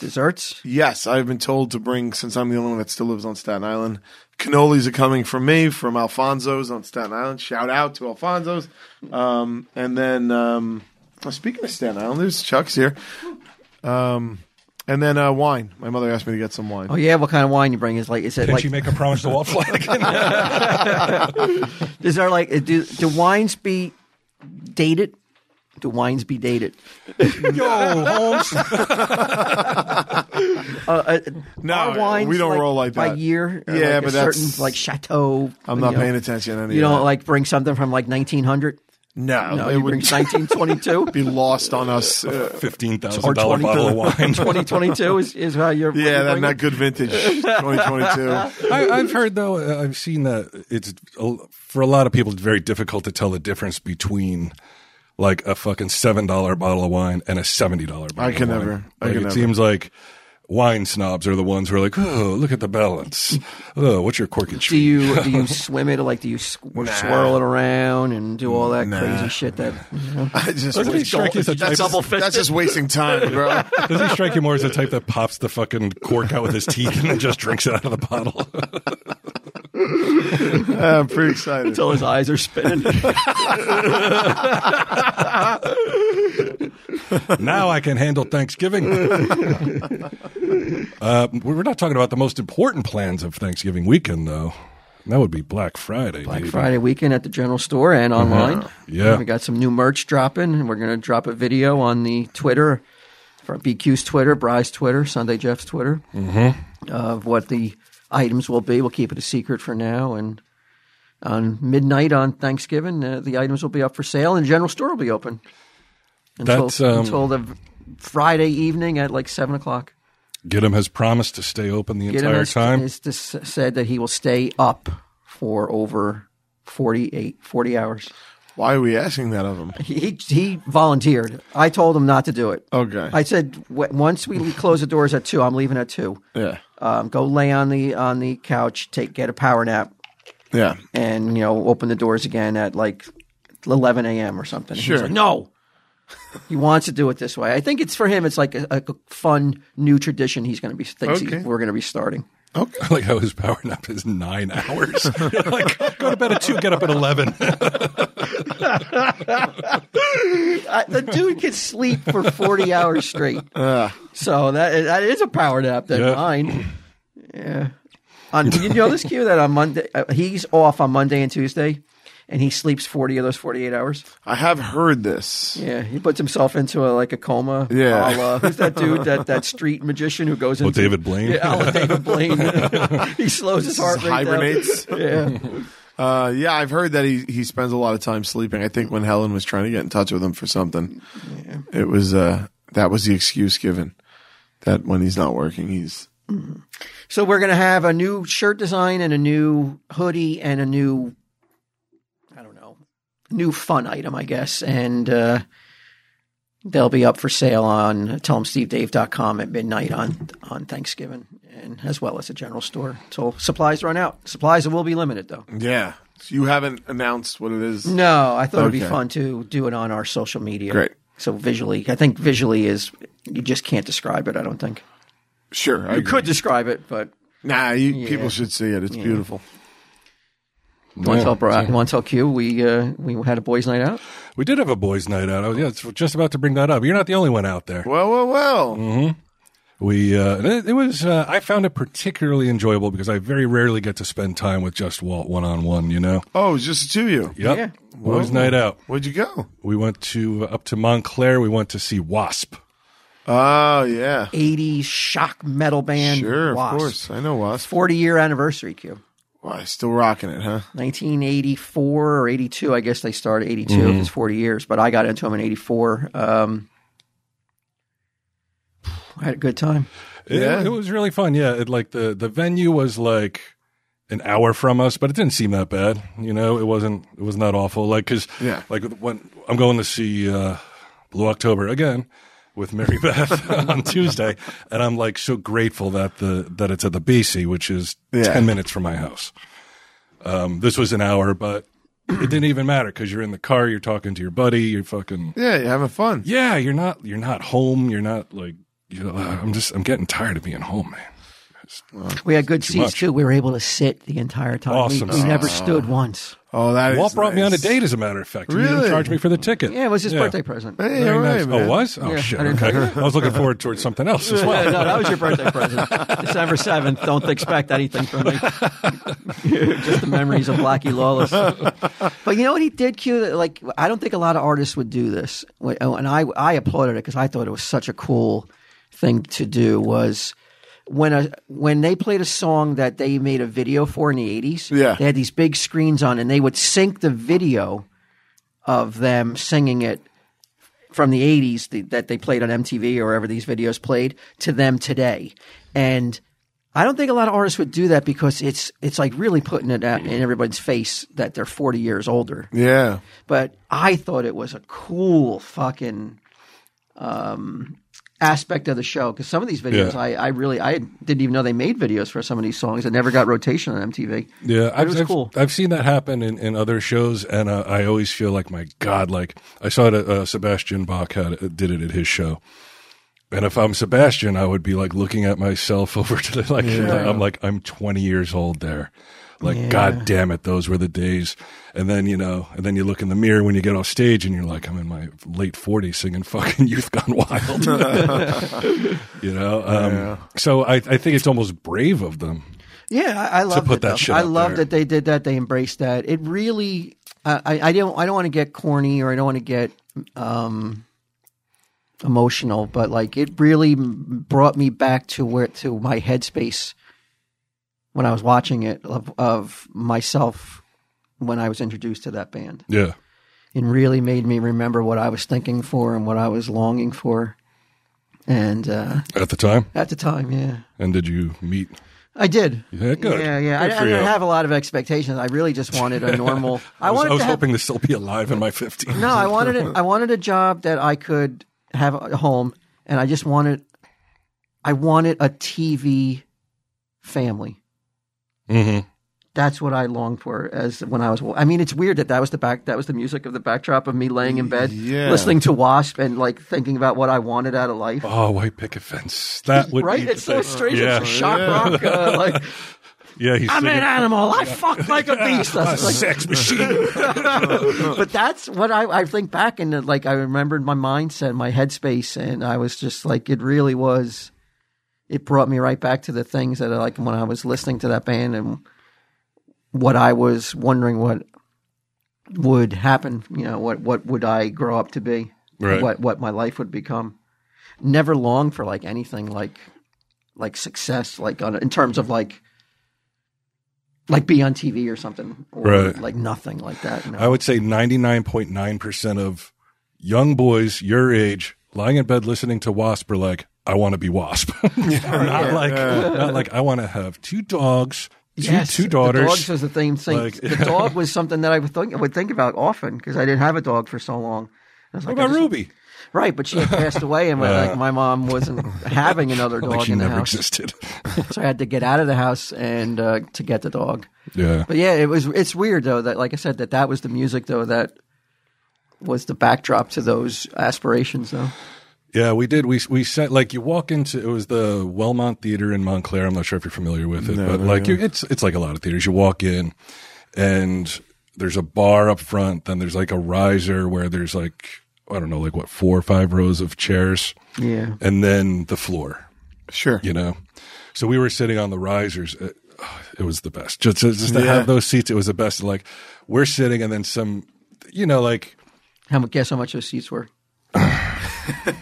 [SPEAKER 1] Desserts.
[SPEAKER 3] Yes, I've been told to bring, since I'm the only one that still lives on Staten Island, cannolis are coming from me, from Alfonso's on Staten Island. Shout out to Alfonso's. Um, and then, um, well, speaking of Staten Island, there's Chuck's here. Um, and then uh, wine. My mother asked me to get some wine.
[SPEAKER 1] Oh yeah, what kind of wine you bring? Is like is it
[SPEAKER 2] Did
[SPEAKER 1] like
[SPEAKER 2] she make a promise to Walt Flanagan?
[SPEAKER 1] is there like do do wines be dated? Do wines be dated?
[SPEAKER 2] Yo, Holmes.
[SPEAKER 1] Uh, uh,
[SPEAKER 3] No,
[SPEAKER 1] are wines
[SPEAKER 3] we don't
[SPEAKER 1] like,
[SPEAKER 3] roll like
[SPEAKER 1] by
[SPEAKER 3] that.
[SPEAKER 1] year. Or,
[SPEAKER 3] Yeah,
[SPEAKER 1] like, a
[SPEAKER 3] but that's-
[SPEAKER 1] certain like chateau.
[SPEAKER 3] I'm
[SPEAKER 1] you
[SPEAKER 3] not
[SPEAKER 1] know,
[SPEAKER 3] paying attention to any
[SPEAKER 1] You
[SPEAKER 3] of
[SPEAKER 1] don't
[SPEAKER 3] that.
[SPEAKER 1] like bring something from like 1900.
[SPEAKER 3] No,
[SPEAKER 1] No,
[SPEAKER 3] it
[SPEAKER 1] you bring
[SPEAKER 3] would
[SPEAKER 1] 1922.
[SPEAKER 3] be lost on us. Uh,
[SPEAKER 2] Fifteen
[SPEAKER 1] Or
[SPEAKER 2] thousand dollar bottle of wine.
[SPEAKER 1] 2022 is, is how you're.
[SPEAKER 3] yeah,
[SPEAKER 1] you're
[SPEAKER 3] that
[SPEAKER 1] bringing?
[SPEAKER 3] not good vintage 2022.
[SPEAKER 2] I, I've heard though, uh, I've seen that it's for a lot of people, it's very difficult to tell the difference between like a fucking seven dollar bottle of wine and a seventy dollar. bottle
[SPEAKER 3] I can
[SPEAKER 2] of wine.
[SPEAKER 3] never. I
[SPEAKER 2] Like, it
[SPEAKER 3] can never.
[SPEAKER 2] seems like wine snobs are the ones who are like, oh, look at the balance. Oh, what's your corkage?
[SPEAKER 1] Do you do you swim it or like do you squ- swirl it around and do all that
[SPEAKER 3] Nah.
[SPEAKER 1] crazy shit that you know?
[SPEAKER 3] I just
[SPEAKER 2] Doesn't he strike you as a type?
[SPEAKER 3] that's just wasting time, bro.
[SPEAKER 2] Doesn't he strike you more as the type that pops the fucking cork out with his teeth and then just drinks it out of the bottle?
[SPEAKER 3] I'm pretty excited.
[SPEAKER 1] until his eyes are spinning?
[SPEAKER 2] now I can handle Thanksgiving. uh, we're not talking about the most important plans of Thanksgiving weekend, though. That would be Black Friday.
[SPEAKER 1] Black
[SPEAKER 2] dude.
[SPEAKER 1] Friday weekend at the general store and online.
[SPEAKER 2] Uh-huh. Yeah.
[SPEAKER 1] we got some new merch dropping, and we're gonna drop a video on the Twitter, for BQ's Twitter, Bry's Twitter, Sunday Jeff's Twitter,
[SPEAKER 2] Mm-hmm.
[SPEAKER 1] of what the items will be. We'll keep it a secret for now, and on midnight on Thanksgiving, uh, the items will be up for sale, and the general store will be open until
[SPEAKER 2] That's, um,
[SPEAKER 1] until the v- Friday evening at like seven o'clock.
[SPEAKER 2] Gidim has promised to stay open the
[SPEAKER 1] Gideon
[SPEAKER 2] entire
[SPEAKER 1] has,
[SPEAKER 2] time.
[SPEAKER 1] has dis- said that he will stay up for over 48, 40 hours.
[SPEAKER 3] Why are we asking that of him?
[SPEAKER 1] He, he he volunteered. I told him not to do it.
[SPEAKER 3] Okay.
[SPEAKER 1] I said w- once we close the doors at two, I'm leaving at two.
[SPEAKER 3] Yeah.
[SPEAKER 1] Um, go lay on the on the couch, take get a power nap,
[SPEAKER 3] Yeah.
[SPEAKER 1] and you know open the doors again at like 11 a.m. or something. He was
[SPEAKER 3] Sure.
[SPEAKER 1] like, no. He wants to do it this way. I think it's for him. It's like a, a fun new tradition. He's going to be thinks he-
[SPEAKER 3] Okay.
[SPEAKER 1] we're going to be starting.
[SPEAKER 2] I like how his power nap is nine hours. like go to bed at two, get up at eleven.
[SPEAKER 1] I, the dude can sleep for 40 hours straight. So that that is a power nap that
[SPEAKER 2] Yeah.
[SPEAKER 1] mine. Yeah. On, you know this cue that on Monday uh, he's off on Monday and Tuesday and he sleeps 40 of those 48 hours.
[SPEAKER 3] I have heard this.
[SPEAKER 1] Yeah, he puts himself into a, like a coma.
[SPEAKER 3] Yeah.
[SPEAKER 1] a la- who's that dude that that street magician who goes
[SPEAKER 2] Well,
[SPEAKER 1] into
[SPEAKER 2] David Blaine.
[SPEAKER 1] Yeah, a la David Blaine. he slows his heart rate down.
[SPEAKER 3] Hibernates.
[SPEAKER 1] Yeah.
[SPEAKER 3] Uh, yeah, I've heard that he, he spends a lot of time sleeping. I think when Helen was trying to get in touch with him for something, it was uh, that was the excuse given that when he's not working, he's
[SPEAKER 1] So we're gonna have a new shirt design and a new hoodie and a new, I don't know, new fun item, I guess, and uh, they'll be up for sale on tellemstevedave.com at midnight on on Thanksgiving. in, as well as a general store. So supplies run out. Supplies will be limited, though.
[SPEAKER 3] Yeah. So you haven't announced what it is.
[SPEAKER 2] Mm.
[SPEAKER 1] No, I thought it'd be
[SPEAKER 3] Okay.
[SPEAKER 1] fun to do it on our social media.
[SPEAKER 3] Great.
[SPEAKER 1] So visually, I think visually is you just can't describe it. I don't think
[SPEAKER 3] Sure. I
[SPEAKER 1] you
[SPEAKER 3] agree.
[SPEAKER 1] could describe it, but
[SPEAKER 3] Nah, you, people should see it. It's beautiful.
[SPEAKER 1] you want to tell Barack, you want to tell Q we uh, we had a boys' night out.
[SPEAKER 2] We did have a boys' night out. I was yeah, it's just about to bring that up. You're not the only one out there.
[SPEAKER 3] Well, well, well.
[SPEAKER 2] Mm-hmm. We uh, and it, it was uh, I found it particularly enjoyable because I very rarely get to spend time with just Walt one on one. You know,
[SPEAKER 3] Oh, it was just the two of you.
[SPEAKER 2] yep.
[SPEAKER 1] Yeah.
[SPEAKER 2] Boys' night out.
[SPEAKER 3] Where'd you go?
[SPEAKER 2] We went to up to Montclair. We went to see Wasp.
[SPEAKER 3] Oh, yeah.
[SPEAKER 1] 80s shock metal band.
[SPEAKER 3] Sure,
[SPEAKER 1] Wasp.
[SPEAKER 3] of course. I know Wasp.
[SPEAKER 1] 40 year anniversary, Q.
[SPEAKER 3] Why, still rocking it, huh?
[SPEAKER 1] 1984 or 82. I guess they started 82 if it's 40 years, but I got into them in 84. Um, I had a good time.
[SPEAKER 2] It,
[SPEAKER 3] Yeah.
[SPEAKER 2] it was really fun. Yeah, it, like the the venue was like an hour from us, but it didn't seem that bad. You know, it wasn't it was not awful. Like because
[SPEAKER 3] Yeah.
[SPEAKER 2] like when I'm going to see uh, Blue October again with Mary Beth on Tuesday, and I'm like so grateful that the that it's at the BC, which is
[SPEAKER 3] Yeah.
[SPEAKER 2] ten minutes from my house. Um, this was an hour, but it didn't even matter because you're in the car, you're talking to your buddy, you're fucking
[SPEAKER 3] Yeah, you're having fun.
[SPEAKER 2] yeah, you're not you're not home. You're not like you know, I'm just I'm getting tired of being home, man.
[SPEAKER 1] We had good seats
[SPEAKER 2] much.
[SPEAKER 1] too. We were able to sit the entire time. We-
[SPEAKER 2] Awesome.
[SPEAKER 1] We, never stood once.
[SPEAKER 3] Oh, that is
[SPEAKER 2] Walt brought me on a
[SPEAKER 3] nice.
[SPEAKER 2] date, as a matter of fact. He didn't
[SPEAKER 3] Really?
[SPEAKER 2] charge me for the ticket.
[SPEAKER 1] Yeah, it was his birthday present.
[SPEAKER 3] Hey,
[SPEAKER 2] Very
[SPEAKER 3] all right,
[SPEAKER 2] nice.
[SPEAKER 3] man.
[SPEAKER 2] Oh, was? Oh,
[SPEAKER 1] Yeah,
[SPEAKER 2] shit.
[SPEAKER 1] I didn't
[SPEAKER 2] Okay. I was looking forward towards something else as well.
[SPEAKER 1] Yeah, no, that was your birthday present, December seventh. Don't expect anything from me. Just the memories of Blackie Lawless. But you know what he did, Q. That, Like I don't think a lot of artists would do this, Wh- oh, and I I applauded it because I thought it was such a cool thing to do. Was when a when they played a song that they made a video for in the eighties.
[SPEAKER 3] Yeah.
[SPEAKER 1] they had these big screens on, and they would sync the video of them singing it from the 80s th- that they played on MTV or wherever these videos played to them today. And I don't think a lot of artists would do that because it's it's like really putting it out in everybody's face that they're 40 years older.
[SPEAKER 3] Yeah.
[SPEAKER 1] But I thought it was a cool fucking um, aspect of the show because some of these videos
[SPEAKER 2] Yeah.
[SPEAKER 1] I, I really I didn't even know they made videos for some of these songs that never got rotation on MTV.
[SPEAKER 2] Yeah, I've,
[SPEAKER 1] was
[SPEAKER 2] I've,
[SPEAKER 1] cool.
[SPEAKER 2] I've seen that happen in, in other shows, and uh, I always feel like my God. Like I saw it. At, uh, Sebastian Bach had, uh, did it at his show, and if I'm Sebastian, I would be like looking at myself over to the like. I'm like I'm 20 years old there. Like God damn it, those were the days. And then you know, and then you look in the mirror when you get off stage, and you're like, I'm in my late 40s singing fucking Youth Gone Wild. you know. Um, So I, I think it's almost brave of them.
[SPEAKER 1] Yeah, I, I love
[SPEAKER 2] put
[SPEAKER 1] that.
[SPEAKER 2] that
[SPEAKER 1] though.
[SPEAKER 2] shit
[SPEAKER 1] I
[SPEAKER 2] out
[SPEAKER 1] love
[SPEAKER 2] there.
[SPEAKER 1] that they did that. They embraced that. It really. I, I- I don't. I don't want to get corny or I don't want to get um, emotional, but like it really m- brought me back to where to my headspace when I was watching it of, of myself when I was introduced to that band.
[SPEAKER 2] Yeah.
[SPEAKER 1] It really made me remember what I was thinking for and what I was longing for. And uh,
[SPEAKER 2] At the time,
[SPEAKER 1] at the time, yeah,
[SPEAKER 2] and did you meet
[SPEAKER 1] I did.
[SPEAKER 2] Yeah, good.
[SPEAKER 1] Yeah, yeah.
[SPEAKER 2] Good
[SPEAKER 1] I, I
[SPEAKER 2] for
[SPEAKER 1] didn't
[SPEAKER 2] you.
[SPEAKER 1] have a lot of expectations. I really just wanted a normal. I,
[SPEAKER 2] I was,
[SPEAKER 1] wanted
[SPEAKER 2] I was
[SPEAKER 1] to have,
[SPEAKER 2] hoping to still be alive in my 50s.
[SPEAKER 1] No, I wanted it. I wanted a job that I could have at home, and I just wanted. I wanted a TV family.
[SPEAKER 2] Mm-hmm.
[SPEAKER 1] That's what I longed for as when I was. I mean, it's weird that that was the back. That was the music of the backdrop of me laying in bed,
[SPEAKER 3] Yeah.
[SPEAKER 1] listening to Wasp, and like thinking about what I wanted out of life.
[SPEAKER 2] Oh, white picket fence. That would
[SPEAKER 1] right?
[SPEAKER 2] be
[SPEAKER 1] It's so
[SPEAKER 2] the-
[SPEAKER 1] strange.
[SPEAKER 2] Yeah,
[SPEAKER 1] It's a shock
[SPEAKER 3] Yeah.
[SPEAKER 1] rock. Uh, like
[SPEAKER 2] yeah. He's
[SPEAKER 1] I'm an
[SPEAKER 2] singing,
[SPEAKER 1] animal. I fuck like a beast. I
[SPEAKER 2] "Ah,
[SPEAKER 1] was like,
[SPEAKER 2] sex machine.
[SPEAKER 1] but that's what I, I think back and uh, like I remembered my mindset, my headspace, and I was just like, it really was. It brought me right back to the things that I like when I was listening to that band and what I was wondering what would happen. You know, what what would I grow up to be?
[SPEAKER 2] Right.
[SPEAKER 1] What what my life would become? Never longed for like anything like like success, like on in terms of like. Like be on TV or something, or
[SPEAKER 2] Right.
[SPEAKER 1] like nothing like that. No.
[SPEAKER 2] I would say 99.9% of young boys your age lying in bed listening to Wasp are like, I want to be Wasp. not like, not like I want to have two dogs, two, two
[SPEAKER 1] The
[SPEAKER 2] daughters.
[SPEAKER 1] dogs was the same thing.
[SPEAKER 2] Like-
[SPEAKER 1] the dog was something that I would think, would think about often because I didn't have a dog for so long. I was
[SPEAKER 2] what
[SPEAKER 1] like, I
[SPEAKER 2] about
[SPEAKER 1] just-
[SPEAKER 2] Ruby?
[SPEAKER 1] right, but she had passed away, and my, like, my mom wasn't having another dog
[SPEAKER 2] like Oh, she
[SPEAKER 1] in the
[SPEAKER 2] never
[SPEAKER 1] house,
[SPEAKER 2] existed.
[SPEAKER 1] so I had to get out of the house and uh, to get the dog.
[SPEAKER 2] yeah.
[SPEAKER 1] But yeah, it was. It's weird though that, like I said, that that was the music though that was the backdrop to those aspirations though.
[SPEAKER 2] Yeah, we did. We we sent like you walk into it was the Wellmont Theater in Montclair. I'm not sure if you're familiar with it, but like you, it's it's like a lot of theaters. You walk in, and there's a bar up front. Then there's like a riser where there's like I don't know, like what four or five rows of chairs,
[SPEAKER 1] Yeah.
[SPEAKER 2] and then the floor.
[SPEAKER 3] Sure.
[SPEAKER 2] You know, so we were sitting on the risers. It, it was the best. Just just to
[SPEAKER 3] Yeah.
[SPEAKER 2] have those seats, it was the best. Like we're sitting, and then some, you know, like
[SPEAKER 1] How mu- guess how much those seats were?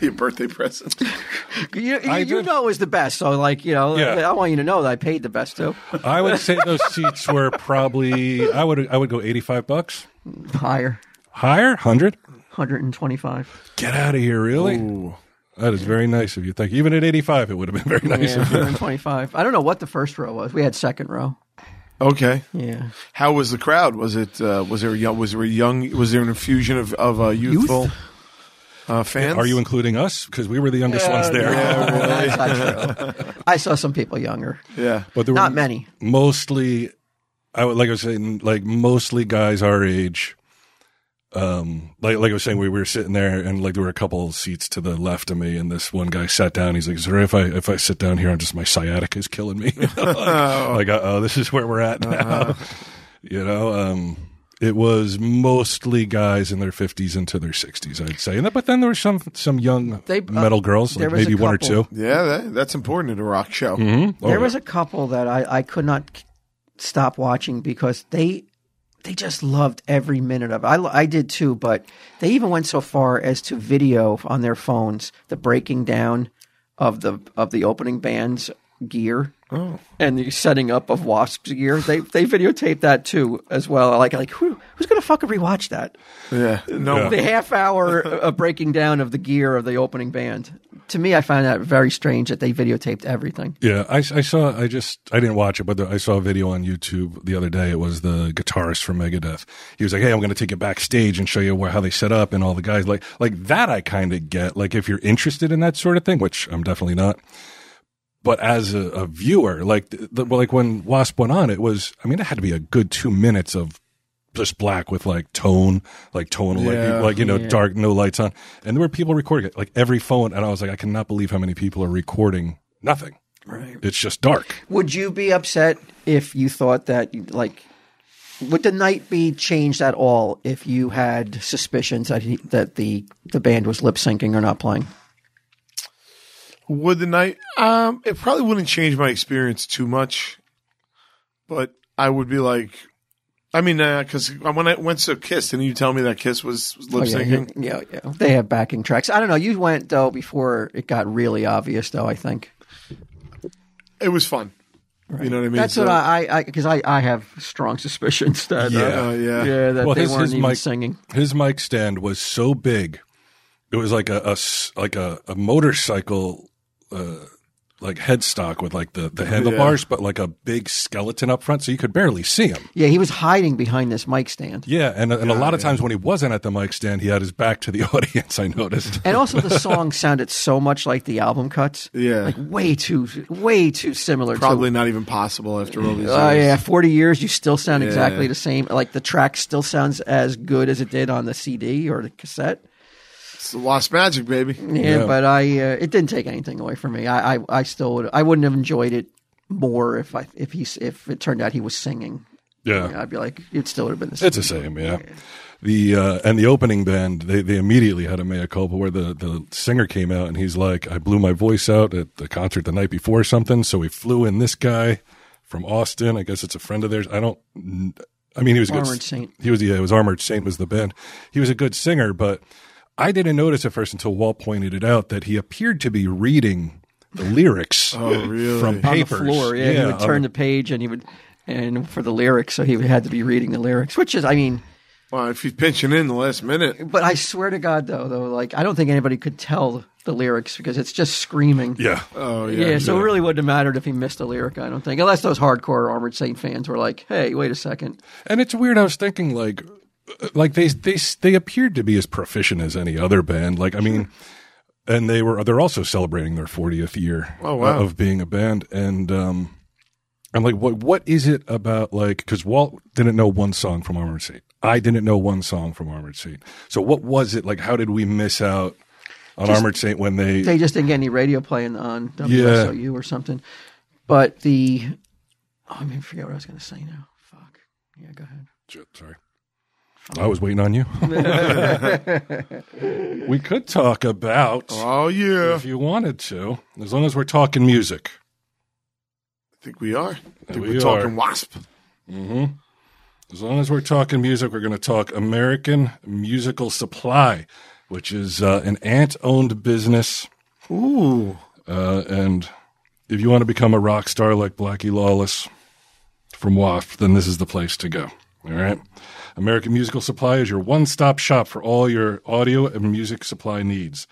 [SPEAKER 3] Your birthday present.
[SPEAKER 1] You, you,
[SPEAKER 2] I
[SPEAKER 1] you
[SPEAKER 2] did-
[SPEAKER 1] know it was the best, so like you know,
[SPEAKER 2] Yeah.
[SPEAKER 1] I want you to know that I paid the best too.
[SPEAKER 2] I would say those seats were probably I would I would go eighty five bucks.
[SPEAKER 1] Higher,
[SPEAKER 2] Higher? 100?
[SPEAKER 1] hundred and twenty-five.
[SPEAKER 2] Get out of here, really? That is very nice of you. Thank you. Even at 85, it would have been very nice
[SPEAKER 1] Yeah,
[SPEAKER 2] of you.
[SPEAKER 1] hundred and twenty-five. I don't know what the first row was. We had second row.
[SPEAKER 3] Okay.
[SPEAKER 1] Yeah.
[SPEAKER 3] How was the crowd? Was it uh, was there a young, was there a young was there an infusion of of uh, youthful uh, fans?
[SPEAKER 2] Are you including us? Because we were the youngest ones there.
[SPEAKER 1] That's not true. I saw some people younger,
[SPEAKER 3] yeah.
[SPEAKER 2] But there
[SPEAKER 1] not
[SPEAKER 2] were
[SPEAKER 1] many.
[SPEAKER 2] mostly, I would, like I was saying, like mostly guys our age. Um, like, like I was saying, we were sitting there and like there were a couple seats to the left of me and this one guy sat down. He's like, is there, if I, if I sit down here, I'm just, my sciatica is killing me. like, oh, like, uh-oh, this is where we're at now. you know um it was mostly guys in their 50s into their 60s i'd say and that, but then there were some some young
[SPEAKER 1] They- uh,
[SPEAKER 2] metal girls
[SPEAKER 1] there
[SPEAKER 2] like
[SPEAKER 1] was a
[SPEAKER 2] maybe one or
[SPEAKER 1] couple.
[SPEAKER 2] two
[SPEAKER 3] Yeah, that, that's important at a rock show.
[SPEAKER 2] Oh,
[SPEAKER 1] there
[SPEAKER 2] yeah.
[SPEAKER 1] was a couple that I, I could not k- stop watching because they they just loved every minute of it. I, lo- I did too, but they even went so far as to video on their phones the breaking down of the of the opening band's gear
[SPEAKER 2] Oh.
[SPEAKER 1] and the setting up of Wasp's gear. They they videotaped that too as well. Like like who who's gonna fucking rewatch that?
[SPEAKER 3] Yeah. No.
[SPEAKER 1] the half hour of breaking down of the gear of the opening band. To me, I find that very strange that they videotaped everything.
[SPEAKER 2] yeah I, I saw i just i didn't watch it but the, i saw a video on youtube the other day it was the guitarist from megadeth he was like hey i'm going to take you backstage and show you where, how they set up and all the guys like like that i kind of get like if you're interested in that sort of thing which i'm definitely not but as a, a viewer, like the, the, well, like when Wasp went on, it was I mean it had to be a good two minutes of just black with like tone, like tonal,
[SPEAKER 3] Yeah.
[SPEAKER 2] like, like you know dark, no lights on, and there were people recording it, like every phone, and I was like, I cannot believe how many people are recording nothing. Right, it's just dark.
[SPEAKER 1] Would you be upset if you thought that, you- like, would the night be changed at all if you had suspicions that he, that the the band was lip syncing or not playing?
[SPEAKER 3] Would the night? Um, it probably wouldn't change my experience too much, but I would be like, I mean, because when I went to Kiss, didn't you tell me that Kiss was lip
[SPEAKER 1] Oh, yeah,
[SPEAKER 3] syncing?
[SPEAKER 1] yeah, yeah. They have backing tracks. I don't know. You went though before it got really obvious, though. I think
[SPEAKER 3] It was fun. You know what I mean?
[SPEAKER 1] that's what
[SPEAKER 3] So-
[SPEAKER 1] I I because I, I have strong suspicions that uh,
[SPEAKER 2] Yeah.
[SPEAKER 3] Uh, yeah.
[SPEAKER 1] yeah that
[SPEAKER 2] Well,
[SPEAKER 1] they
[SPEAKER 2] his-
[SPEAKER 1] weren't
[SPEAKER 2] his
[SPEAKER 1] even
[SPEAKER 2] mic-
[SPEAKER 1] singing.
[SPEAKER 2] His mic stand was so big, it was like a, a s- like a, a motorcycle. Uh, like headstock with like the, the handlebars, but like a big skeleton up front, so you could barely see him.
[SPEAKER 1] Yeah, he was hiding behind this mic stand.
[SPEAKER 2] Yeah, and and a lot of times when he wasn't at the mic stand, he had his back to the audience. I noticed.
[SPEAKER 1] And also, the song sounded so much like the album cuts.
[SPEAKER 3] Yeah.
[SPEAKER 1] like way too, way too similar.
[SPEAKER 3] Probably not even possible after all these
[SPEAKER 1] to, oh
[SPEAKER 3] years.
[SPEAKER 1] yeah, forty years, you still sound exactly the same. Like the track still sounds as good as it did on the CD or the cassette.
[SPEAKER 3] It's lost magic, baby.
[SPEAKER 1] Yeah,
[SPEAKER 2] Yeah.
[SPEAKER 1] but I, uh, it didn't take anything away from me. I, I, I still would, I wouldn't have enjoyed it more if I, if he's, if it turned out he was singing.
[SPEAKER 2] Yeah,
[SPEAKER 1] I'd be like, it still would have been the same.
[SPEAKER 2] it's the same. Yeah, the uh, and the opening band they, they immediately had a mea culpa where the the singer came out and he's like, I blew my voice out at the concert the night before or something, so we flew in this guy from Austin. I guess it's a friend of theirs. I don't. I mean, he was a
[SPEAKER 1] Armored
[SPEAKER 2] good,
[SPEAKER 1] Saint.
[SPEAKER 2] He was yeah, it was Armored Saint was the band. He was a good singer, but I didn't notice at first until Walt pointed it out that he appeared to be reading the lyrics
[SPEAKER 3] Oh, really?
[SPEAKER 2] from
[SPEAKER 1] on
[SPEAKER 2] papers.
[SPEAKER 1] the floor. Yeah, he would
[SPEAKER 2] on
[SPEAKER 1] turn the page and he would, and for the lyrics, so he had to be reading the lyrics, which is, I mean.
[SPEAKER 3] Well, if he's pinching in the last minute,
[SPEAKER 1] But I swear to God, though, though, like I don't think anybody could tell the lyrics because it's just screaming.
[SPEAKER 2] Yeah.
[SPEAKER 3] oh
[SPEAKER 1] Yeah,
[SPEAKER 3] yeah,
[SPEAKER 1] so it really wouldn't have mattered if he missed a lyric. I don't think, unless those hardcore Armored Saint fans were like, "Hey, wait a second,
[SPEAKER 2] And it's weird. I was thinking, like, like they they they appeared to be as proficient as any other band. Like I mean, and they were they're also celebrating their 40th year
[SPEAKER 3] Oh, wow.
[SPEAKER 2] of being a band. And um, I'm like, what what is it about like? Because Walt didn't know one song from Armored Seat. I didn't know one song from Armored Seat. So what was it like? How did we miss out on Armored Saint when they?
[SPEAKER 1] they just didn't get any radio playing on WSOU or something. But the oh, I mean, forget what I was going to say now. Fuck. Yeah, go ahead.
[SPEAKER 2] sorry, I was waiting on you. we could talk about
[SPEAKER 3] Oh yeah,
[SPEAKER 2] if you wanted to, as long as we're talking music.
[SPEAKER 3] I think we are. I think
[SPEAKER 2] we
[SPEAKER 3] we are
[SPEAKER 2] are.
[SPEAKER 3] talking Wasp.
[SPEAKER 2] As long as we're talking music, we're going to talk American Musical Supply, which is uh, an ant owned business.
[SPEAKER 3] Ooh,
[SPEAKER 2] Uh, and if you want to become a rock star like Blackie Lawless from WAF, then this is the place to go. All right. American Musical Supply is your one stop shop for all your audio and music supply needs.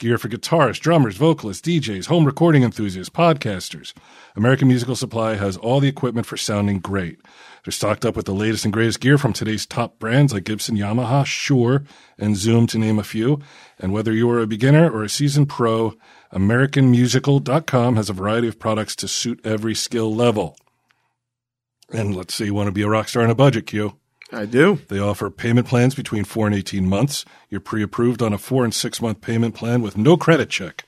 [SPEAKER 2] Gear for guitarists, drummers, vocalists, DJs, home recording enthusiasts, podcasters. American Musical Supply has all the equipment for sounding great. They're stocked up with the latest and greatest gear from today's top brands like Gibson, Yamaha, Shure, and Zoom, to name a few. And whether you are a beginner or a seasoned pro, AmericanMusical.com has a variety of products to suit every skill level. And let's say you want to be a rock star on a budget, Q.
[SPEAKER 3] I do.
[SPEAKER 2] They offer payment plans between four and 18 months. You're pre approved on a four and six month payment plan with no credit check.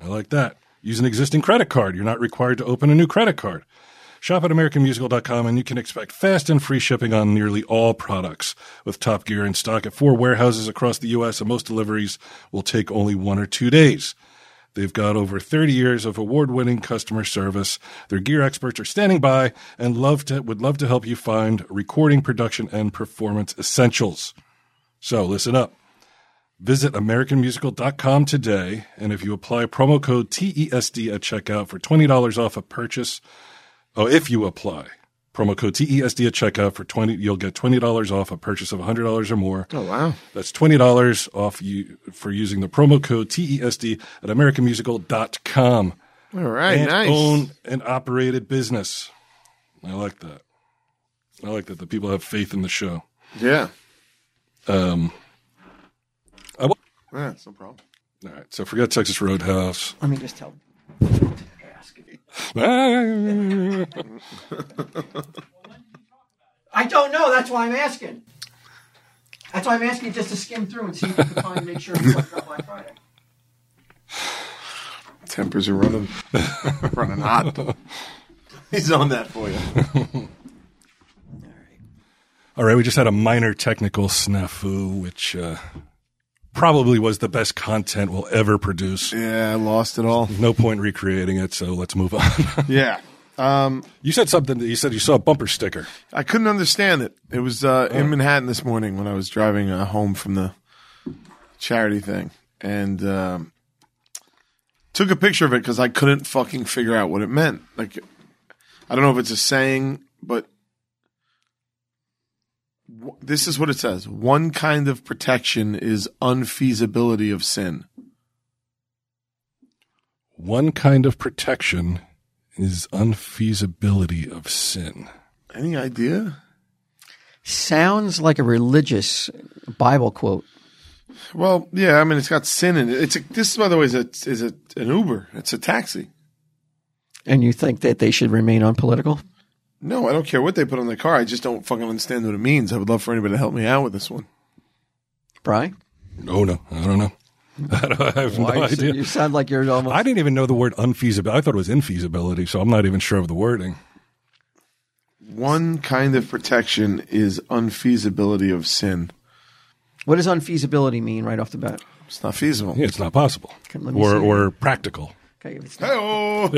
[SPEAKER 2] I like that. Use an existing credit card. You're not required to open a new credit card. Shop at AmericanMusical.com and you can expect fast and free shipping on nearly all products. With Top Gear in stock at four warehouses across the U.S., and most deliveries will take only one or two days. They've got over 30 years of award-winning customer service. Their gear experts are standing by and love to, would love to help you find recording, production, and performance essentials. So listen up. Visit AmericanMusical.com today, and if you apply promo code TESD at checkout for $20 off a purchase, oh, if you apply promo code TESD at checkout for 20, you'll get $20 off a purchase of $100 or more.
[SPEAKER 3] Oh wow.
[SPEAKER 2] That's twenty dollars off you for using the promo code TESD at AmericanMusical.com.
[SPEAKER 3] All right,
[SPEAKER 2] and
[SPEAKER 3] nice.
[SPEAKER 2] own and operated business. I like that. I like that the people have faith in the show.
[SPEAKER 3] Yeah.
[SPEAKER 2] Um, I wa-
[SPEAKER 3] Yeah, it's no problem.
[SPEAKER 2] all right, so forget Texas Roadhouse.
[SPEAKER 1] Let me just tell.
[SPEAKER 2] All
[SPEAKER 1] I don't know. That's why I'm asking. That's why I'm asking just to skim through and see if we can find make sure it's up by Friday.
[SPEAKER 3] Tempers are running, running hot. He's on that for you.
[SPEAKER 2] right, we just had a minor technical snafu, which uh, probably was the best content we'll ever produce.
[SPEAKER 3] Yeah, I lost it all.
[SPEAKER 2] No point recreating it, so let's move on.
[SPEAKER 3] Yeah. Um,
[SPEAKER 2] you said something. That you said you saw a bumper sticker.
[SPEAKER 3] I couldn't understand it. It was uh, in Manhattan this morning when I was driving uh, home from the charity thing and um, took a picture of it because I couldn't fucking figure out what it meant. Like, I don't know if it's a saying, but w- this is what it says one kind of protection is unfeasibility of sin.
[SPEAKER 2] One kind of protection is unfeasibility of sin.
[SPEAKER 3] Any idea?
[SPEAKER 1] Sounds like a religious Bible quote.
[SPEAKER 3] Well, yeah, I mean, it's got sin in it. It's a, this, by the way, is a, is a, an Uber. It's a taxi.
[SPEAKER 1] And you think that they should remain unpolitical?
[SPEAKER 3] No, I don't care what they put on the car. I just don't fucking understand what it means. I would love for anybody to help me out with this one.
[SPEAKER 1] Brian?
[SPEAKER 2] Oh no, I don't know. I, don't, I have
[SPEAKER 1] Why
[SPEAKER 2] no
[SPEAKER 1] you s-
[SPEAKER 2] idea.
[SPEAKER 1] You sound like you're almost.
[SPEAKER 2] I didn't even know the word unfeasibility. I thought it was infeasibility, so I'm not even sure of the wording.
[SPEAKER 3] One kind of protection is unfeasibility of sin.
[SPEAKER 1] What does unfeasibility mean right off the bat?
[SPEAKER 3] It's not feasible.
[SPEAKER 2] Yeah, it's not possible
[SPEAKER 1] Okay, let me
[SPEAKER 2] or
[SPEAKER 1] see.
[SPEAKER 2] or practical.
[SPEAKER 1] Okay, if it's not,
[SPEAKER 3] Oh,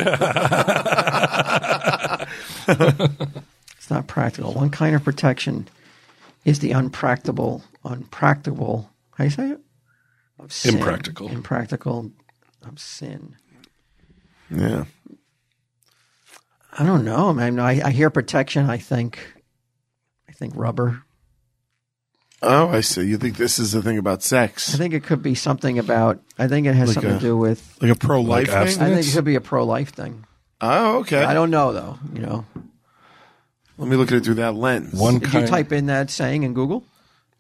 [SPEAKER 1] it's not practical. One kind of protection is the unpracticable, unpracticable. How do you say it? Of sin.
[SPEAKER 2] Impractical.
[SPEAKER 1] Impractical of sin.
[SPEAKER 3] yeah.
[SPEAKER 1] I don't know, man. I, I hear protection. I think, I think rubber.
[SPEAKER 3] Oh, I see. You think this is the thing about
[SPEAKER 1] I
[SPEAKER 3] sex,
[SPEAKER 1] think it could be something about. I think it has something
[SPEAKER 3] a-
[SPEAKER 1] to do with.
[SPEAKER 3] like a pro-life
[SPEAKER 2] Like
[SPEAKER 3] thing?
[SPEAKER 1] I think it
[SPEAKER 2] Yes.
[SPEAKER 1] could be a pro-life thing.
[SPEAKER 3] oh, okay.
[SPEAKER 1] I don't know though. You know,
[SPEAKER 3] Let me look at it through that lens.
[SPEAKER 2] One
[SPEAKER 1] did
[SPEAKER 2] kind.
[SPEAKER 1] you type in that saying in Google?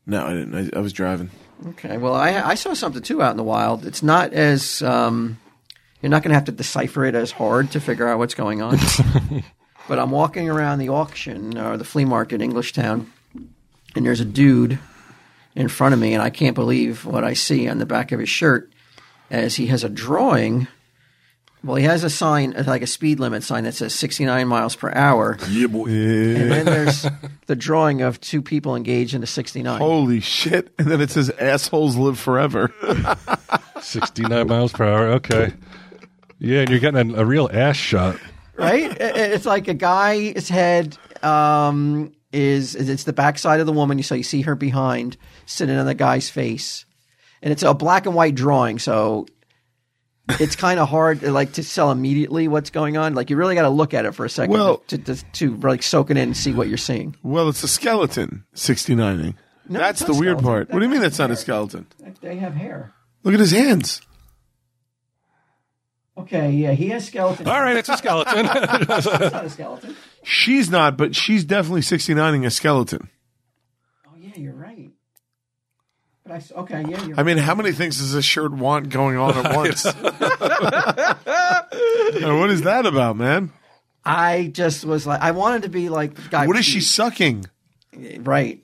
[SPEAKER 3] No, I didn't. I, I was driving.
[SPEAKER 1] Okay. Well, I I saw something too out in the wild. It's not as um, you're not going to have to decipher it as hard to figure out what's going on. but I'm walking around the auction or the flea market in Englishtown, and there's a dude in front of me, and I can't believe what I see on the back of his shirt as he has a drawing. Well, he has a sign, like a speed limit sign that says 69 miles per hour.
[SPEAKER 2] Yeah, boy.
[SPEAKER 1] And then there's the drawing of two people engaged in a 69.
[SPEAKER 3] Holy shit! And then it says "assholes live forever."
[SPEAKER 2] 69 miles per hour. Okay. Yeah, and you're getting a, a real ass shot.
[SPEAKER 1] right? It- it- It's like a guy's head um, is is- it's the backside of the woman, so you see her behind sitting on the guy's face, and it's a black and white drawing, so it's kind of hard like to sell immediately what's going on. Like you really got to look at it for a second
[SPEAKER 3] Well-
[SPEAKER 1] to, to to like soak it in and see what you're seeing.
[SPEAKER 3] well, it's a skeleton. Sixty-nining.
[SPEAKER 1] No,
[SPEAKER 3] that's
[SPEAKER 1] it's
[SPEAKER 3] the
[SPEAKER 1] not
[SPEAKER 3] weird
[SPEAKER 1] skeleton.
[SPEAKER 3] part. What do you mean that's not a skeleton?
[SPEAKER 1] They have hair.
[SPEAKER 3] Look at his hands.
[SPEAKER 1] Okay, yeah, he has skeleton.
[SPEAKER 2] All right, it's a skeleton.
[SPEAKER 1] It's not a skeleton.
[SPEAKER 3] She's not, but she's definitely 69ing a skeleton.
[SPEAKER 1] Oh yeah, you're right. But I s- okay, yeah, you're
[SPEAKER 3] I mean, how many things does this shirt want going on at once? And what is that about, man?
[SPEAKER 1] I just was like, I wanted to be like, the guy,
[SPEAKER 3] What is she sucking?
[SPEAKER 1] Right,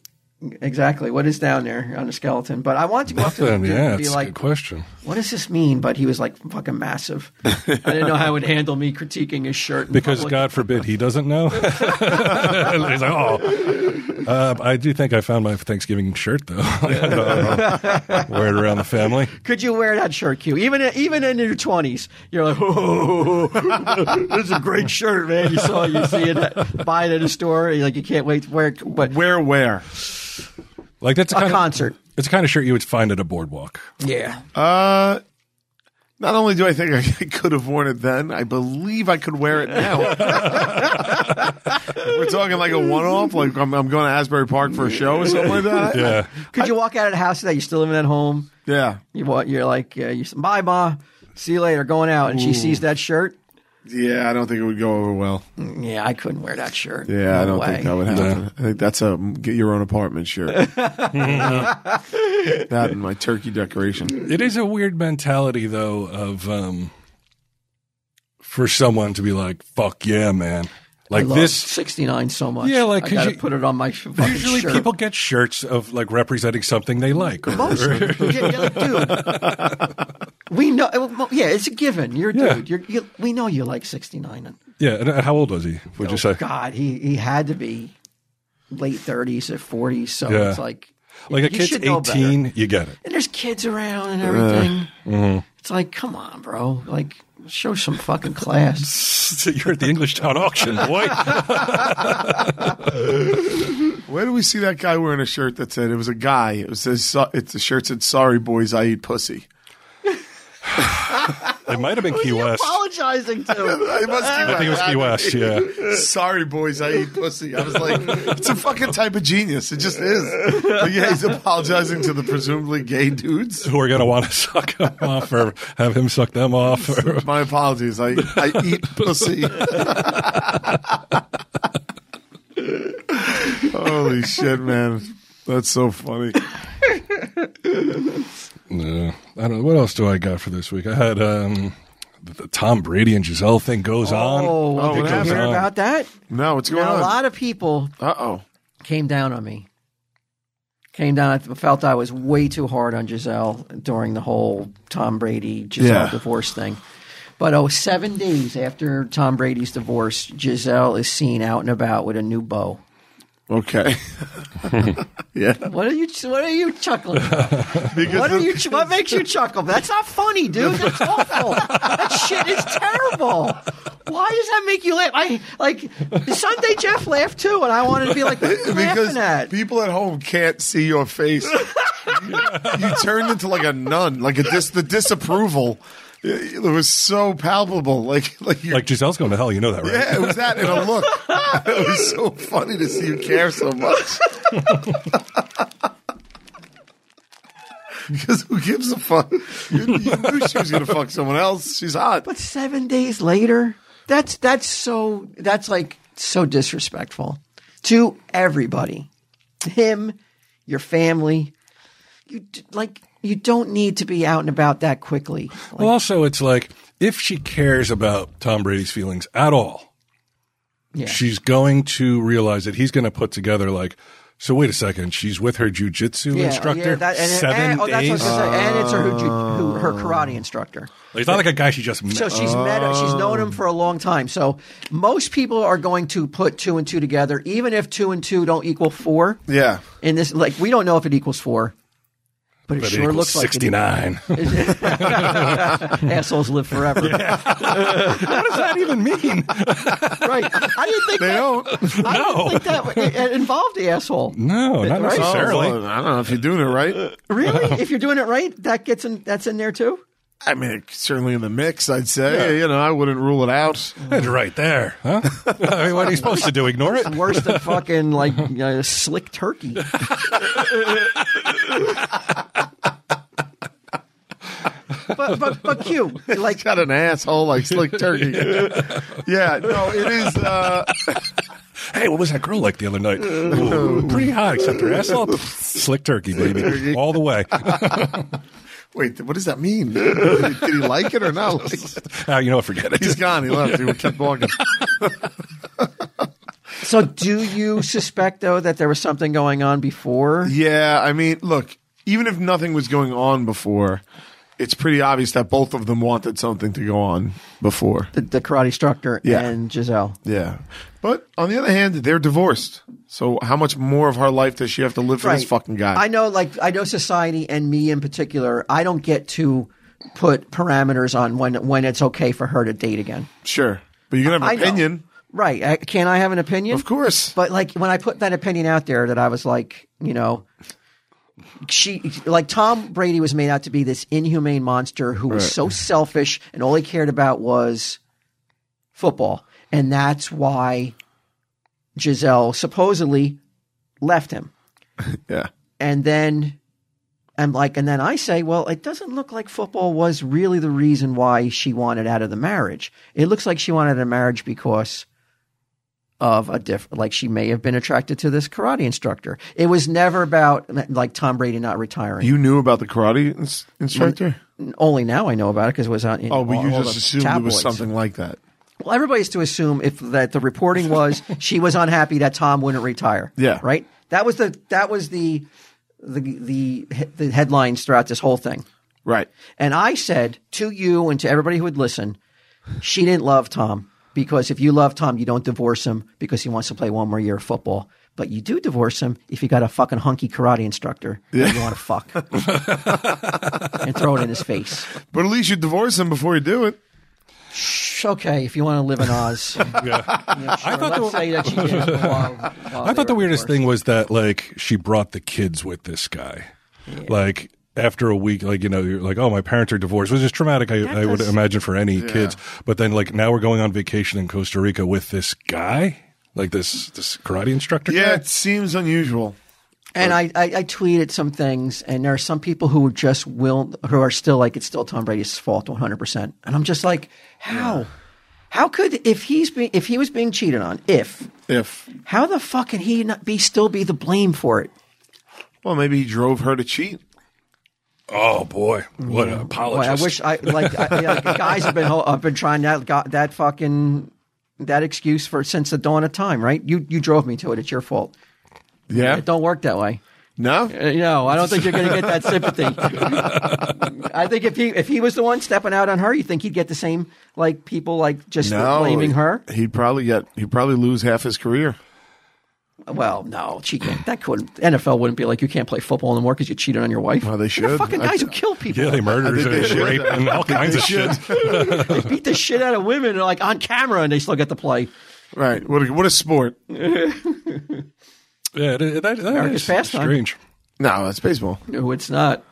[SPEAKER 1] exactly. What is down there on the skeleton? But I wanted to go up to him
[SPEAKER 2] yeah,
[SPEAKER 1] and be
[SPEAKER 2] it's a good
[SPEAKER 1] like,
[SPEAKER 2] question.
[SPEAKER 1] "What does this mean?" But he was like, "Fucking massive." I didn't know how he would handle me critiquing his shirt in
[SPEAKER 2] Because
[SPEAKER 1] public.
[SPEAKER 2] God forbid he doesn't know. He's like, oh. Uh, I do think I found my Thanksgiving shirt though. Wear it around the family.
[SPEAKER 1] Could you wear that shirt, Q? Even even in your twenties, you're like, "Oh, this is a great shirt, man." You saw, it, you see it, at- buy it at a store. You're like, you can't wait to wear it. But
[SPEAKER 3] Where, where?
[SPEAKER 2] Like that's the
[SPEAKER 1] a
[SPEAKER 2] kind
[SPEAKER 1] concert,
[SPEAKER 2] Of, it's the kind of shirt you would find at a boardwalk.
[SPEAKER 1] yeah.
[SPEAKER 3] Uh, not only do I think I could have worn it then, I believe I could wear it now. We're talking like a one-off, like I'm, I'm going to Asbury Park for a show or something like that.
[SPEAKER 2] Yeah.
[SPEAKER 1] Could you walk out of the house that you're still living at home?
[SPEAKER 3] yeah,
[SPEAKER 1] You want, you're like, uh, you bye, ma. See you later. Going out, and she sees that shirt.
[SPEAKER 3] yeah. I don't think it would go over well.
[SPEAKER 1] Yeah, I couldn't wear that shirt.
[SPEAKER 3] Yeah, I
[SPEAKER 1] No
[SPEAKER 3] don't
[SPEAKER 1] way.
[SPEAKER 3] think that would happen. I think that's a get your own apartment shirt. that and my turkey decoration.
[SPEAKER 2] It is a weird mentality though of um for someone to be like, fuck yeah, man.
[SPEAKER 1] I
[SPEAKER 2] Like
[SPEAKER 1] love
[SPEAKER 2] this
[SPEAKER 1] 69 so much.
[SPEAKER 2] Yeah, like,
[SPEAKER 1] I
[SPEAKER 2] 'cause
[SPEAKER 1] gotta
[SPEAKER 2] you-
[SPEAKER 1] put it on my f- fucking
[SPEAKER 2] Usually,
[SPEAKER 1] shirt. Uh-huh.
[SPEAKER 2] people get shirts of like representing something they like. or-
[SPEAKER 1] Most of them. Yeah, yeah, like, dude, we know. well, Yeah, it's a given. You're a
[SPEAKER 2] Yeah.
[SPEAKER 1] dude. You're, you, we know you like 69.
[SPEAKER 2] yeah. And uh, how old was he? Would you say?
[SPEAKER 1] Oh God, he he had to be late 30s or 40s. So
[SPEAKER 2] Yeah.
[SPEAKER 1] it's like
[SPEAKER 2] Like a
[SPEAKER 1] you
[SPEAKER 2] kid's
[SPEAKER 1] should know better.
[SPEAKER 2] eighteen, Uh, mm-hmm. you get it.
[SPEAKER 1] and there's kids around and everything. It's like, come on, bro. Like, show some fucking class.
[SPEAKER 2] So you're at the English Town Auction, boy.
[SPEAKER 3] Where do we see that guy wearing a shirt that said it was a guy? It says so- it's a shirt said "Sorry boys, I eat pussy."
[SPEAKER 2] it might have been
[SPEAKER 1] Who's
[SPEAKER 2] Key
[SPEAKER 1] he
[SPEAKER 2] West.
[SPEAKER 1] apologizing
[SPEAKER 2] Um,
[SPEAKER 1] to?
[SPEAKER 3] It must
[SPEAKER 2] I think it was Key West. Yeah.
[SPEAKER 3] Sorry boys, I eat pussy. I was like, it's a fucking type of genius. It just is. But yeah, he's apologizing to the presumably gay dudes.
[SPEAKER 2] Who are gonna want to suck him off or have him suck them off? Or,
[SPEAKER 3] My apologies. I I eat pussy. Holy shit, man. That's so funny.
[SPEAKER 2] no, I don't. What else do I got for this week? I had um, the, the Tom Brady and Giselle thing goes on.
[SPEAKER 1] Oh,
[SPEAKER 3] Oh,
[SPEAKER 1] did
[SPEAKER 3] what
[SPEAKER 1] you
[SPEAKER 3] happened?
[SPEAKER 1] hear about that?
[SPEAKER 3] No, what's going
[SPEAKER 1] Now, a
[SPEAKER 3] on?
[SPEAKER 1] lot of people
[SPEAKER 3] Uh oh.
[SPEAKER 1] came down on me. Came down. I felt I was way too hard on Giselle during the whole Tom Brady Giselle
[SPEAKER 3] Yeah.
[SPEAKER 1] divorce thing. But oh, seven days after Tom Brady's divorce, Giselle is seen out and about with a new beau.
[SPEAKER 3] Okay. yeah.
[SPEAKER 1] What are you? What are you chuckling? About? What are
[SPEAKER 3] the-
[SPEAKER 1] you? What makes you chuckle? That's not funny, dude. That's awful. That shit is terrible. Why does that make you laugh? I like Sunday Jeff laughed too, and I wanted to be like, what are you
[SPEAKER 3] Because
[SPEAKER 1] laughing at?
[SPEAKER 3] people at home can't see your face. you, you turned into like a nun, like a dis- the disapproval. It, it was so palpable. Like like you
[SPEAKER 2] Like Giselle's going to hell. You know that, right?
[SPEAKER 3] Yeah, it was that and a look. it was so funny to see you care so much. Because who gives a fuck? You, you knew she was going to fuck someone else. She's hot.
[SPEAKER 1] But seven days later, that's that's so that's like so disrespectful to everybody, him, your family. You d- like you don't need to be out and about that quickly. Like,
[SPEAKER 2] Well, also, it's like if she cares about Tom Brady's feelings at all,
[SPEAKER 1] Yeah.
[SPEAKER 2] she's going to realize that he's going to put together like. So wait a second. She's with her jujitsu instructor
[SPEAKER 1] oh, that- and- and-
[SPEAKER 2] seven Oh.
[SPEAKER 1] oh, that's what I was
[SPEAKER 2] days.
[SPEAKER 1] gonna say. And it's her, who, who, her karate instructor.
[SPEAKER 2] Like, it's not like a guy she just met.
[SPEAKER 1] So she's met, she's known him for a long time. So most people are going to put two and two together, even if two and two don't equal four.
[SPEAKER 3] Yeah.
[SPEAKER 1] In this, like, we don't know if it equals four, but it
[SPEAKER 2] but it
[SPEAKER 1] sure
[SPEAKER 2] equals
[SPEAKER 1] looks like
[SPEAKER 2] sixty nine. what
[SPEAKER 1] It, assholes live forever,
[SPEAKER 2] does that even mean?
[SPEAKER 1] right? I didn't think
[SPEAKER 3] They
[SPEAKER 1] that,
[SPEAKER 3] don't.
[SPEAKER 1] I
[SPEAKER 2] No.
[SPEAKER 1] didn't think that it- it involved the asshole.
[SPEAKER 2] No, not
[SPEAKER 1] Right?
[SPEAKER 2] necessarily.
[SPEAKER 3] Oh, well, I don't know if you're doing it right.
[SPEAKER 1] Really? if you're doing it right, that gets in. That's in there too.
[SPEAKER 3] I mean, it's certainly in the mix, I'd say. You know, I wouldn't rule it out.
[SPEAKER 2] It's right there, huh? I mean, what are you supposed to do? Ignore it?
[SPEAKER 1] Worse than fucking like uh, slick turkey. but but but Q like
[SPEAKER 3] Got an asshole like Slick Turkey. yeah, no, it is. Uh,
[SPEAKER 2] Hey, what was that girl like the other night? Ooh, pretty hot, except her ass all slick turkey, baby, all the way.
[SPEAKER 3] wait, what does that mean? Did he like it or not? Like,
[SPEAKER 2] Ah, you know, what? forget
[SPEAKER 3] he's
[SPEAKER 2] it.
[SPEAKER 3] gone. He left. He kept walking.
[SPEAKER 1] so. Do you suspect though that there was something going on before?
[SPEAKER 3] Yeah, I mean, look, even if nothing was going on before, it's pretty obvious that both of them wanted something to go on before.
[SPEAKER 1] The, the karate instructor
[SPEAKER 3] Yeah.
[SPEAKER 1] and Giselle.
[SPEAKER 3] Yeah. But on the other hand, they're divorced. So how much more of her life does she have to live for this fucking guy?
[SPEAKER 1] I know, like I know society and me in particular. I don't get to put parameters on when when it's okay for her to date again.
[SPEAKER 3] sure. But you can have
[SPEAKER 1] I
[SPEAKER 3] an
[SPEAKER 1] know.
[SPEAKER 3] opinion.
[SPEAKER 1] Right? I, can I have an opinion?
[SPEAKER 3] Of course.
[SPEAKER 1] But like when I put that opinion out there, that I was like, you know, she like Tom Brady was made out to be this inhumane monster who was
[SPEAKER 3] Right.
[SPEAKER 1] so selfish and all he cared about was football, and that's why Giselle supposedly left him.
[SPEAKER 3] Yeah.
[SPEAKER 1] And then I'm like, and then I say, well, it doesn't look like football was really the reason why she wanted out of the marriage. It looks like she wanted a marriage because of a different, like she may have been attracted to this karate instructor. It was never about like Tom Brady not retiring.
[SPEAKER 3] You knew about the karate ins- instructor?
[SPEAKER 1] Only now I know about it because it was on. in
[SPEAKER 3] Oh, but
[SPEAKER 1] all-
[SPEAKER 3] you
[SPEAKER 1] all
[SPEAKER 3] just
[SPEAKER 1] the
[SPEAKER 3] assumed it was
[SPEAKER 1] tabloids.
[SPEAKER 3] something like that.
[SPEAKER 1] Well, everybody's to assume if that the reporting was she was unhappy that Tom wouldn't retire.
[SPEAKER 3] Yeah.
[SPEAKER 1] right. That was the that was the the the the headlines throughout this whole thing.
[SPEAKER 3] Right.
[SPEAKER 1] And I said to you and to everybody who would listen, she didn't love Tom because if you love Tom, you don't divorce him because he wants to play one more year of football. But you do divorce him if you got a fucking hunky karate instructor that you want to fuck and throw it in his face.
[SPEAKER 3] But at least you divorce him before you do it.
[SPEAKER 1] Shh, Okay, if you want to live in Oz, I
[SPEAKER 2] thought
[SPEAKER 1] let's
[SPEAKER 2] the-
[SPEAKER 1] say that she did. While, while
[SPEAKER 2] I
[SPEAKER 1] they
[SPEAKER 2] thought the
[SPEAKER 1] were
[SPEAKER 2] weirdest
[SPEAKER 1] divorced.
[SPEAKER 2] thing was that like she brought the kids with this guy. Like after a week, like you know, you're like, oh, my parents are divorced, which is traumatic. I, I would
[SPEAKER 1] does-
[SPEAKER 2] imagine for any kids. But then like now we're going on vacation in Costa Rica with this guy, like this this karate instructor.
[SPEAKER 3] Yeah,
[SPEAKER 2] guy.
[SPEAKER 3] it seems unusual.
[SPEAKER 1] And I, I, I tweeted some things, and there are some people who just will, who are still like, it's still Tom Brady's fault 100%. And I'm just like, how? How could, if he's being, if he was being cheated on, if,
[SPEAKER 3] If
[SPEAKER 1] how the fuck can he not be, still be the blame for it?
[SPEAKER 3] well, maybe he drove her to cheat.
[SPEAKER 2] Oh boy, what
[SPEAKER 1] Boy,
[SPEAKER 2] an
[SPEAKER 1] I
[SPEAKER 2] apologist!
[SPEAKER 1] wish I, like, I, yeah, like, guys have been, ho- I've been trying that, got that fucking, that excuse for since the dawn of time, right? You, you drove me to it. It's your fault.
[SPEAKER 3] Yeah.
[SPEAKER 1] It don't work that way.
[SPEAKER 3] No.
[SPEAKER 1] Uh, No, I don't think you're going to get that sympathy. I think if he if he was the one stepping out on her, you think he'd get the same like people like just blaming her.
[SPEAKER 3] He'd probably get. He'd probably lose half his career.
[SPEAKER 1] Well, no, she can't. That couldn't. NFL wouldn't be like you can't play football anymore because you cheated on your wife.
[SPEAKER 3] Well, they
[SPEAKER 1] They're
[SPEAKER 3] should.
[SPEAKER 1] fucking
[SPEAKER 3] I-
[SPEAKER 1] guys who kill people.
[SPEAKER 2] yeah, they murdered
[SPEAKER 3] they
[SPEAKER 2] and
[SPEAKER 3] should.
[SPEAKER 2] rape and all kinds of shit.
[SPEAKER 1] they beat the shit out of women like on camera, and they still get to play.
[SPEAKER 3] Right. What a, what a sport.
[SPEAKER 2] Yeah, that, that, that
[SPEAKER 1] America's
[SPEAKER 2] is
[SPEAKER 1] pastime.
[SPEAKER 2] strange.
[SPEAKER 3] No, it's baseball.
[SPEAKER 1] No, it's not.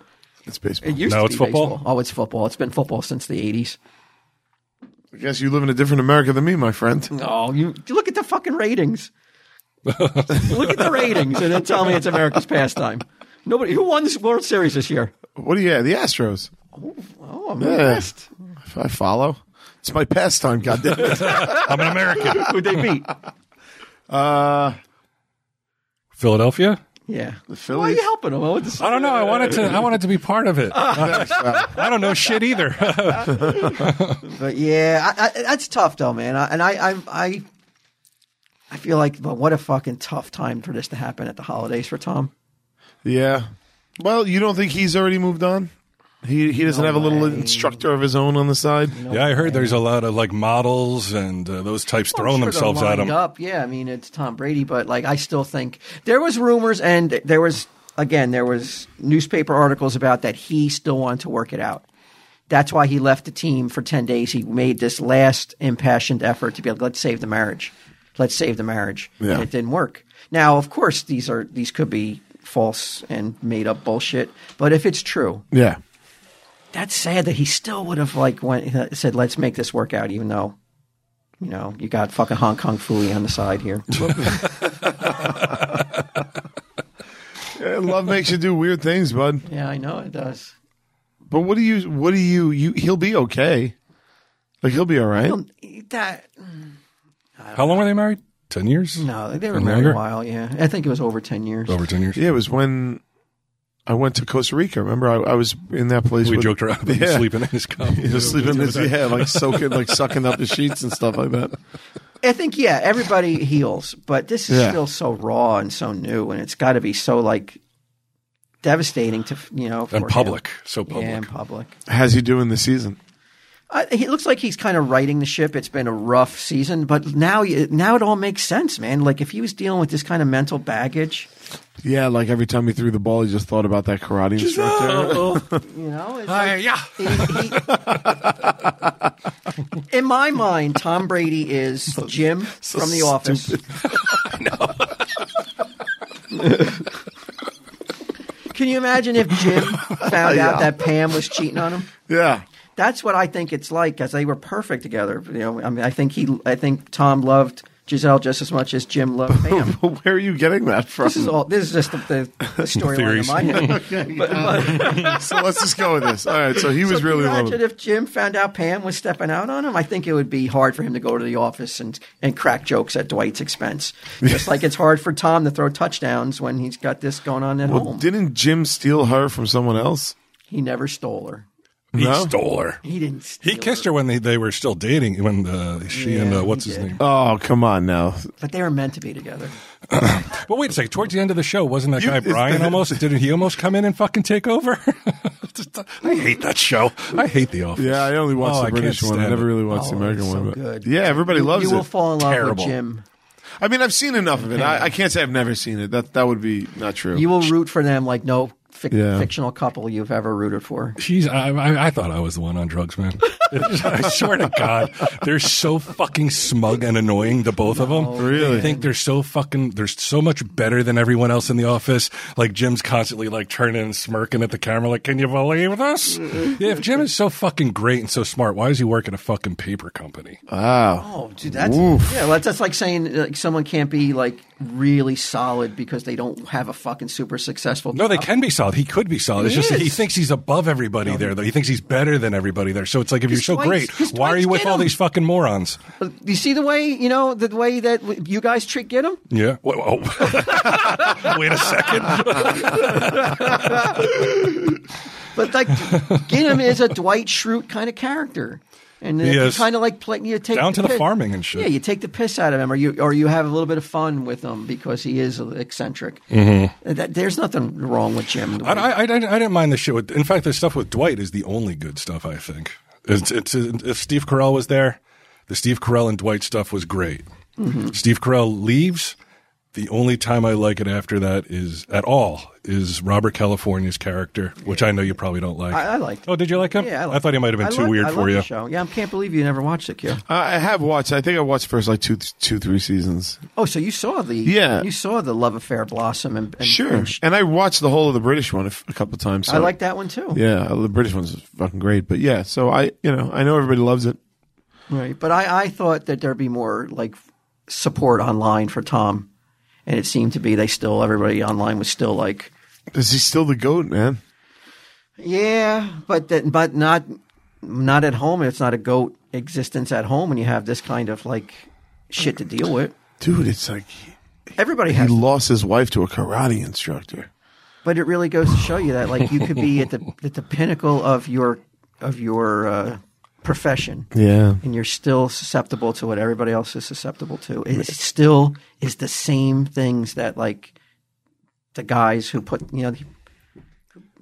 [SPEAKER 3] It's baseball.
[SPEAKER 1] It used
[SPEAKER 2] No,
[SPEAKER 1] to
[SPEAKER 2] it's
[SPEAKER 1] be
[SPEAKER 2] football.
[SPEAKER 1] baseball. Oh, it's football. It's been football since the '80s.
[SPEAKER 3] I guess you live in a different America than me, my friend.
[SPEAKER 1] Oh, you look at the fucking ratings. look at the ratings, and then tell me it's America's pastime. Nobody who won this World Series this year.
[SPEAKER 3] What do you have? The Astros.
[SPEAKER 1] Oh, I'm
[SPEAKER 3] Yeah.
[SPEAKER 1] impressed.
[SPEAKER 3] If I follow. It's my pastime. Goddamn it.
[SPEAKER 2] I'm an American.
[SPEAKER 1] Who'd they beat?
[SPEAKER 3] Uh,
[SPEAKER 2] Philadelphia.
[SPEAKER 1] Yeah.
[SPEAKER 3] The
[SPEAKER 1] Why are
[SPEAKER 3] Phillies.
[SPEAKER 1] you helping him? I want to
[SPEAKER 2] I don't know. I wanted to. I wanted to be part of it.
[SPEAKER 1] uh,
[SPEAKER 2] I don't know shit either.
[SPEAKER 1] But yeah, I, I, that's tough though, man. I, and I, I, I, I feel like, but what a fucking tough time for this to happen at the holidays for Tom.
[SPEAKER 3] Yeah. Well, you don't think he's already moved on? He he doesn't have a little
[SPEAKER 1] way.
[SPEAKER 3] instructor of his own on the side.
[SPEAKER 2] yeah, I heard there's a lot of like models and uh, those types throwing
[SPEAKER 1] Oh, Sure, they're
[SPEAKER 2] themselves at
[SPEAKER 1] lined
[SPEAKER 2] him.
[SPEAKER 1] Up, yeah. I mean, it's Tom Brady, but like, I still think there was rumors, and there was again, there was newspaper articles about that he still wanted to work it out. That's why he left the team for ten days. He made this last impassioned effort to be like, let's save the marriage, let's save the marriage,
[SPEAKER 3] Yeah.
[SPEAKER 1] and it didn't work. Now, of course, these are these could be false and made up bullshit, but if it's true,
[SPEAKER 3] Yeah.
[SPEAKER 1] that's sad that he still would have like went uh, said, "Let's make this work out," even though, you know, you got fucking Hong Kong fooey on the side here.
[SPEAKER 3] Yeah, Love makes you do weird things, bud.
[SPEAKER 1] yeah, I know it does.
[SPEAKER 3] But what do you what do you you he'll be okay. Like he'll be all right.
[SPEAKER 1] Um, That
[SPEAKER 2] How long were they married? Ten years?
[SPEAKER 1] no, they were
[SPEAKER 2] And
[SPEAKER 1] married
[SPEAKER 2] longer?
[SPEAKER 1] a while. Yeah, I think it was over ten years.
[SPEAKER 2] Over ten years.
[SPEAKER 3] Yeah, it was when I went to Costa Rica. Remember, I, I was in that place.
[SPEAKER 2] We
[SPEAKER 3] with-
[SPEAKER 2] joked around about him
[SPEAKER 3] Yeah.
[SPEAKER 2] sleeping in his cup.
[SPEAKER 3] He was sleeping in his yeah, like soaking, like sucking up the sheets and stuff like that.
[SPEAKER 1] I think yeah, everybody heals, but this is
[SPEAKER 3] Yeah.
[SPEAKER 1] still so raw and so new, and it's got to be so like devastating to you know for
[SPEAKER 2] And
[SPEAKER 1] him.
[SPEAKER 2] public. So
[SPEAKER 1] Yeah,
[SPEAKER 2] public.
[SPEAKER 1] and public.
[SPEAKER 3] How's he doing this season?
[SPEAKER 1] I, it looks like he's kind of righting the ship. It's been a rough season, but now you- now it all makes sense, man. Like if he was dealing with this kind of mental baggage,
[SPEAKER 3] Yeah, like every time he threw the ball, he just thought about that karate instructor.
[SPEAKER 1] you know, it's
[SPEAKER 2] Hi,
[SPEAKER 1] like-
[SPEAKER 2] yeah.
[SPEAKER 1] he- he- in my mind, Tom Brady is Jim from The Office. Can you imagine if Jim found out that Pam was cheating on him?
[SPEAKER 3] Yeah,
[SPEAKER 1] that's what I think it's like, as they were perfect together. You know, I mean, I think he, I think Tom loved Giselle just as much as Jim loved Pam.
[SPEAKER 3] but where are you getting that from?
[SPEAKER 1] this is all. This is just the, the, the storyline in
[SPEAKER 2] Theories.
[SPEAKER 1] my head.
[SPEAKER 3] so let's just go with this. All right, so he was
[SPEAKER 1] So can
[SPEAKER 3] really
[SPEAKER 1] you
[SPEAKER 3] loving.
[SPEAKER 1] imagine if Jim found out Pam was stepping out on him. I think it would be hard for him to go to the office and and crack jokes at Dwight's expense, just like it's hard for Tom to throw touchdowns when he's got this going on at
[SPEAKER 3] Well,
[SPEAKER 1] home.
[SPEAKER 3] didn't Jim steal her from someone else?
[SPEAKER 1] he never stole her.
[SPEAKER 2] He
[SPEAKER 3] No.
[SPEAKER 2] stole her.
[SPEAKER 1] He didn't. Steal
[SPEAKER 2] He kissed her when they, they were still dating. When uh, she and
[SPEAKER 1] Yeah,
[SPEAKER 2] uh, what's
[SPEAKER 1] he
[SPEAKER 2] his
[SPEAKER 1] did.
[SPEAKER 2] name?
[SPEAKER 3] Oh, come on now.
[SPEAKER 1] but they were meant to be together.
[SPEAKER 2] But wait a second. Towards the end of the show, wasn't that
[SPEAKER 3] You-
[SPEAKER 2] guy
[SPEAKER 3] it's-
[SPEAKER 2] Brian almost? Didn't he almost come in and fucking take over? I hate that show. I hate The Office.
[SPEAKER 3] Yeah, I only watched
[SPEAKER 2] Oh,
[SPEAKER 3] the
[SPEAKER 2] I
[SPEAKER 3] British
[SPEAKER 2] can't
[SPEAKER 3] one. I
[SPEAKER 2] stand
[SPEAKER 3] never
[SPEAKER 2] it.
[SPEAKER 3] really watched the
[SPEAKER 1] Oh,
[SPEAKER 3] American
[SPEAKER 1] it's so
[SPEAKER 3] one. but-
[SPEAKER 1] good.
[SPEAKER 3] Yeah, everybody loves
[SPEAKER 1] you will
[SPEAKER 3] it.
[SPEAKER 1] fall in love
[SPEAKER 2] Terrible.
[SPEAKER 1] with Jim.
[SPEAKER 3] I mean, I've seen enough of it. I, I can't say I've never seen it. That that would be not true.
[SPEAKER 1] You will root for them like no fic-
[SPEAKER 3] Yeah.
[SPEAKER 1] fictional couple you've ever rooted for.
[SPEAKER 2] She's. I, I, I thought I was the one on drugs, man. I swear to God, they're so fucking smug and annoying. The both of them.
[SPEAKER 3] Really?
[SPEAKER 2] They think they're so fucking. They're so much better than everyone else in the office. Like Jim's constantly like turning and smirking at the camera. Like, can you believe this? yeah, if Jim is so fucking great and so smart, why is he working a fucking paper company?
[SPEAKER 3] wow.
[SPEAKER 1] Oh, dude, that's
[SPEAKER 3] Oof.
[SPEAKER 1] yeah. That's, that's like saying like, someone can't be like really solid because they don't have a fucking super successful.
[SPEAKER 2] No, they
[SPEAKER 1] job.
[SPEAKER 2] can be solid. He could be solid. It's
[SPEAKER 1] He
[SPEAKER 2] just that he
[SPEAKER 1] is.
[SPEAKER 2] thinks he's above everybody there, though. He thinks he's better than everybody there. So it's like, if you're so
[SPEAKER 1] Dwight's-
[SPEAKER 2] great,
[SPEAKER 1] 'cause
[SPEAKER 2] why are you
[SPEAKER 1] Dwight's
[SPEAKER 2] with
[SPEAKER 1] get
[SPEAKER 2] all
[SPEAKER 1] him.
[SPEAKER 2] these fucking morons?
[SPEAKER 1] You see the way you know the way that w- you guys treat get him.
[SPEAKER 2] Yeah. Wait, oh. Wait a second.
[SPEAKER 1] But like Ginnam is a Dwight Schrute kind of character. And
[SPEAKER 2] He
[SPEAKER 1] you
[SPEAKER 2] is.
[SPEAKER 1] kind of like play, you take
[SPEAKER 2] Down to the
[SPEAKER 1] piss-
[SPEAKER 2] farming and shit.
[SPEAKER 1] Yeah, you take the piss out of him, or you or you have a little bit of fun with him because he is eccentric. That, there's nothing wrong with Jim.
[SPEAKER 2] Mm-hmm. I, I, I, didn't- I didn't mind the shit. With, in fact, the stuff with Dwight is the only good stuff, I think. It's, it's, if Steve Carell was there, the Steve Carell and Dwight stuff was great.
[SPEAKER 1] Mm-hmm.
[SPEAKER 2] Steve Carell leaves. The only time I like it after that is at all is Robert California's character, which I know you probably don't like.
[SPEAKER 1] I- I liked it.
[SPEAKER 2] Oh, did you like him?
[SPEAKER 1] yeah,
[SPEAKER 2] I,
[SPEAKER 1] like-
[SPEAKER 2] thought he might have been
[SPEAKER 1] I
[SPEAKER 2] too
[SPEAKER 1] like-
[SPEAKER 2] weird
[SPEAKER 1] I
[SPEAKER 2] for
[SPEAKER 1] like
[SPEAKER 2] you.
[SPEAKER 1] the show. Yeah, I can't believe you never watched it, Q.
[SPEAKER 3] I I have watched. I think I watched first like two, two, three seasons.
[SPEAKER 1] Oh, so you saw the
[SPEAKER 3] Yeah.
[SPEAKER 1] you saw the love affair blossom and, and
[SPEAKER 3] Sure,
[SPEAKER 1] and sh-
[SPEAKER 3] and I watched the whole of the British one a, f- a couple times. so-
[SPEAKER 1] I like that one too.
[SPEAKER 3] Yeah, the British one's fucking great. But yeah, so I, you know, I know everybody loves it.
[SPEAKER 1] Right, but I, I thought that there'd be more like support online for Tom, and it seemed to be they still everybody online was still like
[SPEAKER 3] Is he still the goat, man?
[SPEAKER 1] yeah, but that but not not at home. It's not a goat existence at home when you have this kind of like shit to deal with.
[SPEAKER 3] Dude, it's like
[SPEAKER 1] Everybody
[SPEAKER 3] He
[SPEAKER 1] has,
[SPEAKER 3] lost his wife to a karate instructor.
[SPEAKER 1] but it really goes to show you that like you could be at the at the pinnacle of your of your uh, profession,
[SPEAKER 3] Yeah.
[SPEAKER 1] and you're still susceptible to what everybody else is susceptible to. It still is the same things that like the guys who put you know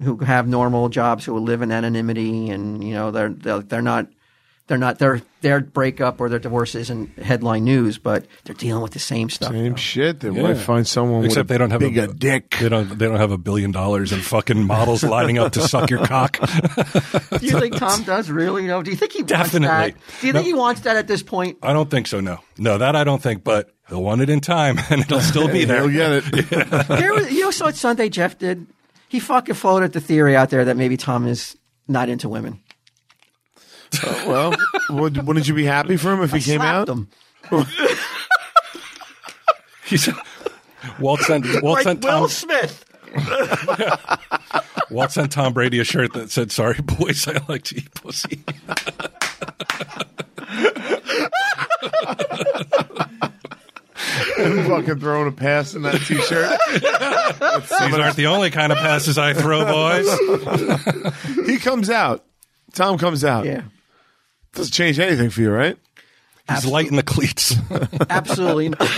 [SPEAKER 1] who have normal jobs who live in anonymity and you know they're they're, they're not they're not their their breakup or their divorce isn't headline news, but they're dealing with the same stuff.
[SPEAKER 3] Same shit. They
[SPEAKER 2] Yeah.
[SPEAKER 3] might find someone
[SPEAKER 2] Except
[SPEAKER 3] with a
[SPEAKER 2] they don't have
[SPEAKER 3] big
[SPEAKER 2] a-
[SPEAKER 3] a dick.
[SPEAKER 2] They don't. They don't have a billion dollars in fucking models lining up to suck your cock.
[SPEAKER 1] Do you think Tom does really? You know, do you think he
[SPEAKER 2] Definitely.
[SPEAKER 1] wants that? Do you think he wants that at this point?
[SPEAKER 2] I don't think so. No, no, that I don't think. But he'll want it in time, and it'll still be there.
[SPEAKER 3] They'll get it.
[SPEAKER 1] There was, you know, so what Sunday Jeff did. He fucking floated the theory out there that maybe Tom is not into women.
[SPEAKER 3] well, would, wouldn't you be happy for him if he came out?
[SPEAKER 1] Slapped him.
[SPEAKER 2] He's, Walt sent Walt,
[SPEAKER 1] Like
[SPEAKER 2] sent
[SPEAKER 1] Will
[SPEAKER 2] Tom,
[SPEAKER 1] Smith.
[SPEAKER 2] Walt sent Tom Brady a shirt that said "Sorry, boys, I like to eat pussy."
[SPEAKER 3] fucking throwing a pass in that t-shirt.
[SPEAKER 2] These aren't the only kind of passes I throw, boys.
[SPEAKER 3] he comes out. Tom comes out.
[SPEAKER 1] Yeah,
[SPEAKER 3] Doesn't change anything for you, right?
[SPEAKER 2] He's light in the cleats.
[SPEAKER 1] absolutely. not.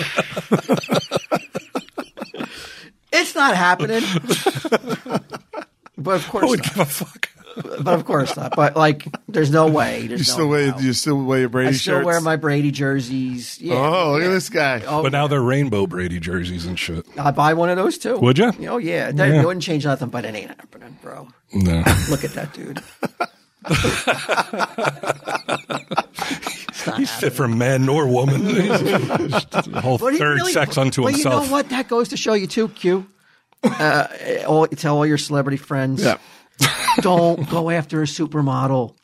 [SPEAKER 1] it's not happening. But of
[SPEAKER 3] Oh,
[SPEAKER 2] I
[SPEAKER 1] course,
[SPEAKER 2] would
[SPEAKER 1] not.
[SPEAKER 2] give a fuck.
[SPEAKER 1] but of course not. But like, there's no way. There's no
[SPEAKER 3] You still wear
[SPEAKER 1] how.
[SPEAKER 3] you still wear your Brady
[SPEAKER 1] I still
[SPEAKER 3] shirts.
[SPEAKER 1] wear my Brady jerseys. Yeah.
[SPEAKER 3] oh, look at this guy.
[SPEAKER 1] Oh,
[SPEAKER 2] But now they're rainbow Brady jerseys and shit.
[SPEAKER 1] I'd buy one of those too.
[SPEAKER 2] Would ya?
[SPEAKER 1] Oh yeah, that
[SPEAKER 2] Yeah.
[SPEAKER 1] wouldn't change nothing, but it ain't happening, bro.
[SPEAKER 2] No,
[SPEAKER 1] Look at that dude. It's not happening.
[SPEAKER 2] he's fit for man nor woman. whole
[SPEAKER 1] But he
[SPEAKER 2] third
[SPEAKER 1] really-
[SPEAKER 2] sex unto
[SPEAKER 1] but
[SPEAKER 2] himself.
[SPEAKER 1] You know what? That goes to show you too, Q. Uh, all, tell all your celebrity friends,
[SPEAKER 3] Yeah.
[SPEAKER 1] don't go after a supermodel.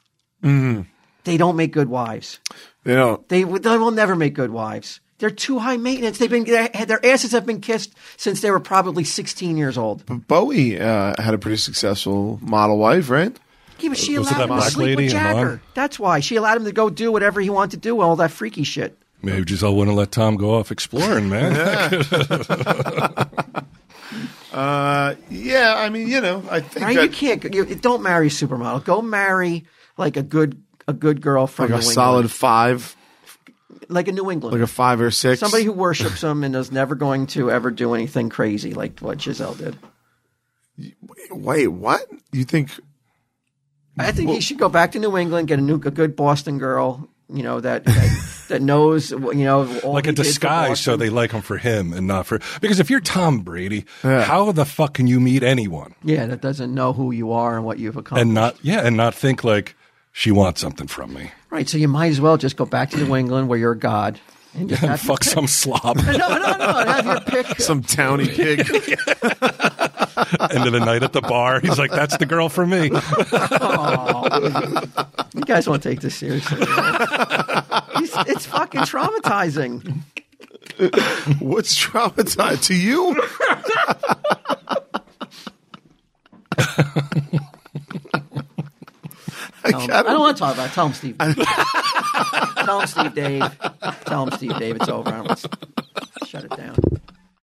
[SPEAKER 1] They don't make good wives.
[SPEAKER 3] You know,
[SPEAKER 1] They, w- they will never make good wives. They're too high maintenance. They've been their their asses have been kissed since they were probably 16 years old.
[SPEAKER 3] Bowie uh, had a pretty successful model wife, right?
[SPEAKER 1] Yeah, but she
[SPEAKER 2] Was
[SPEAKER 1] allowed
[SPEAKER 2] it that
[SPEAKER 1] him to
[SPEAKER 2] black
[SPEAKER 1] sleep
[SPEAKER 2] lady
[SPEAKER 1] with
[SPEAKER 2] in Mom?
[SPEAKER 1] Jagger. That's why she allowed him to go do whatever he wanted to do. All that freaky shit.
[SPEAKER 2] Maybe Giselle wouldn't let Tom go off exploring, man.
[SPEAKER 3] Uh, yeah, I mean, you know, I think
[SPEAKER 1] Right?
[SPEAKER 3] that-
[SPEAKER 1] You can't. You, don't marry a supermodel. Go marry like a good a good girl from
[SPEAKER 3] like a
[SPEAKER 1] New
[SPEAKER 3] solid five,
[SPEAKER 1] England. like a New England,
[SPEAKER 3] like a five or six.
[SPEAKER 1] somebody who worships him and is never going to ever do anything crazy like what Giselle did.
[SPEAKER 3] Wait, what? You think?
[SPEAKER 1] I think he should go back to New England, get a new a good Boston girl. You know that that, that knows. You know, all
[SPEAKER 2] like
[SPEAKER 1] he
[SPEAKER 2] a
[SPEAKER 1] did for
[SPEAKER 2] disguise so
[SPEAKER 1] Boston.
[SPEAKER 2] they like him for him and not for because if you're Tom Brady, how the fuck can you meet anyone
[SPEAKER 1] yeah, that doesn't know who you are and what you've accomplished.
[SPEAKER 2] and not yeah and not think like she wants something from me
[SPEAKER 1] Right, so you might as well just go back to New England where you're a god and just
[SPEAKER 2] and
[SPEAKER 1] have your
[SPEAKER 2] fuck some slob
[SPEAKER 1] pick. No, no, no, and have your pick.
[SPEAKER 3] Some towny pig.
[SPEAKER 2] end of the night at the bar. He's like, that's the girl for me.
[SPEAKER 1] You guys won't take this seriously. it's, it's fucking traumatizing.
[SPEAKER 3] What's traumatized to you? I
[SPEAKER 1] Um, I
[SPEAKER 3] gotta-
[SPEAKER 1] don't want to talk about it. Tell him, Steve. Tell him, Steve, Dave. Tell him, Steve, Dave. It's over. I'm- Shut it down.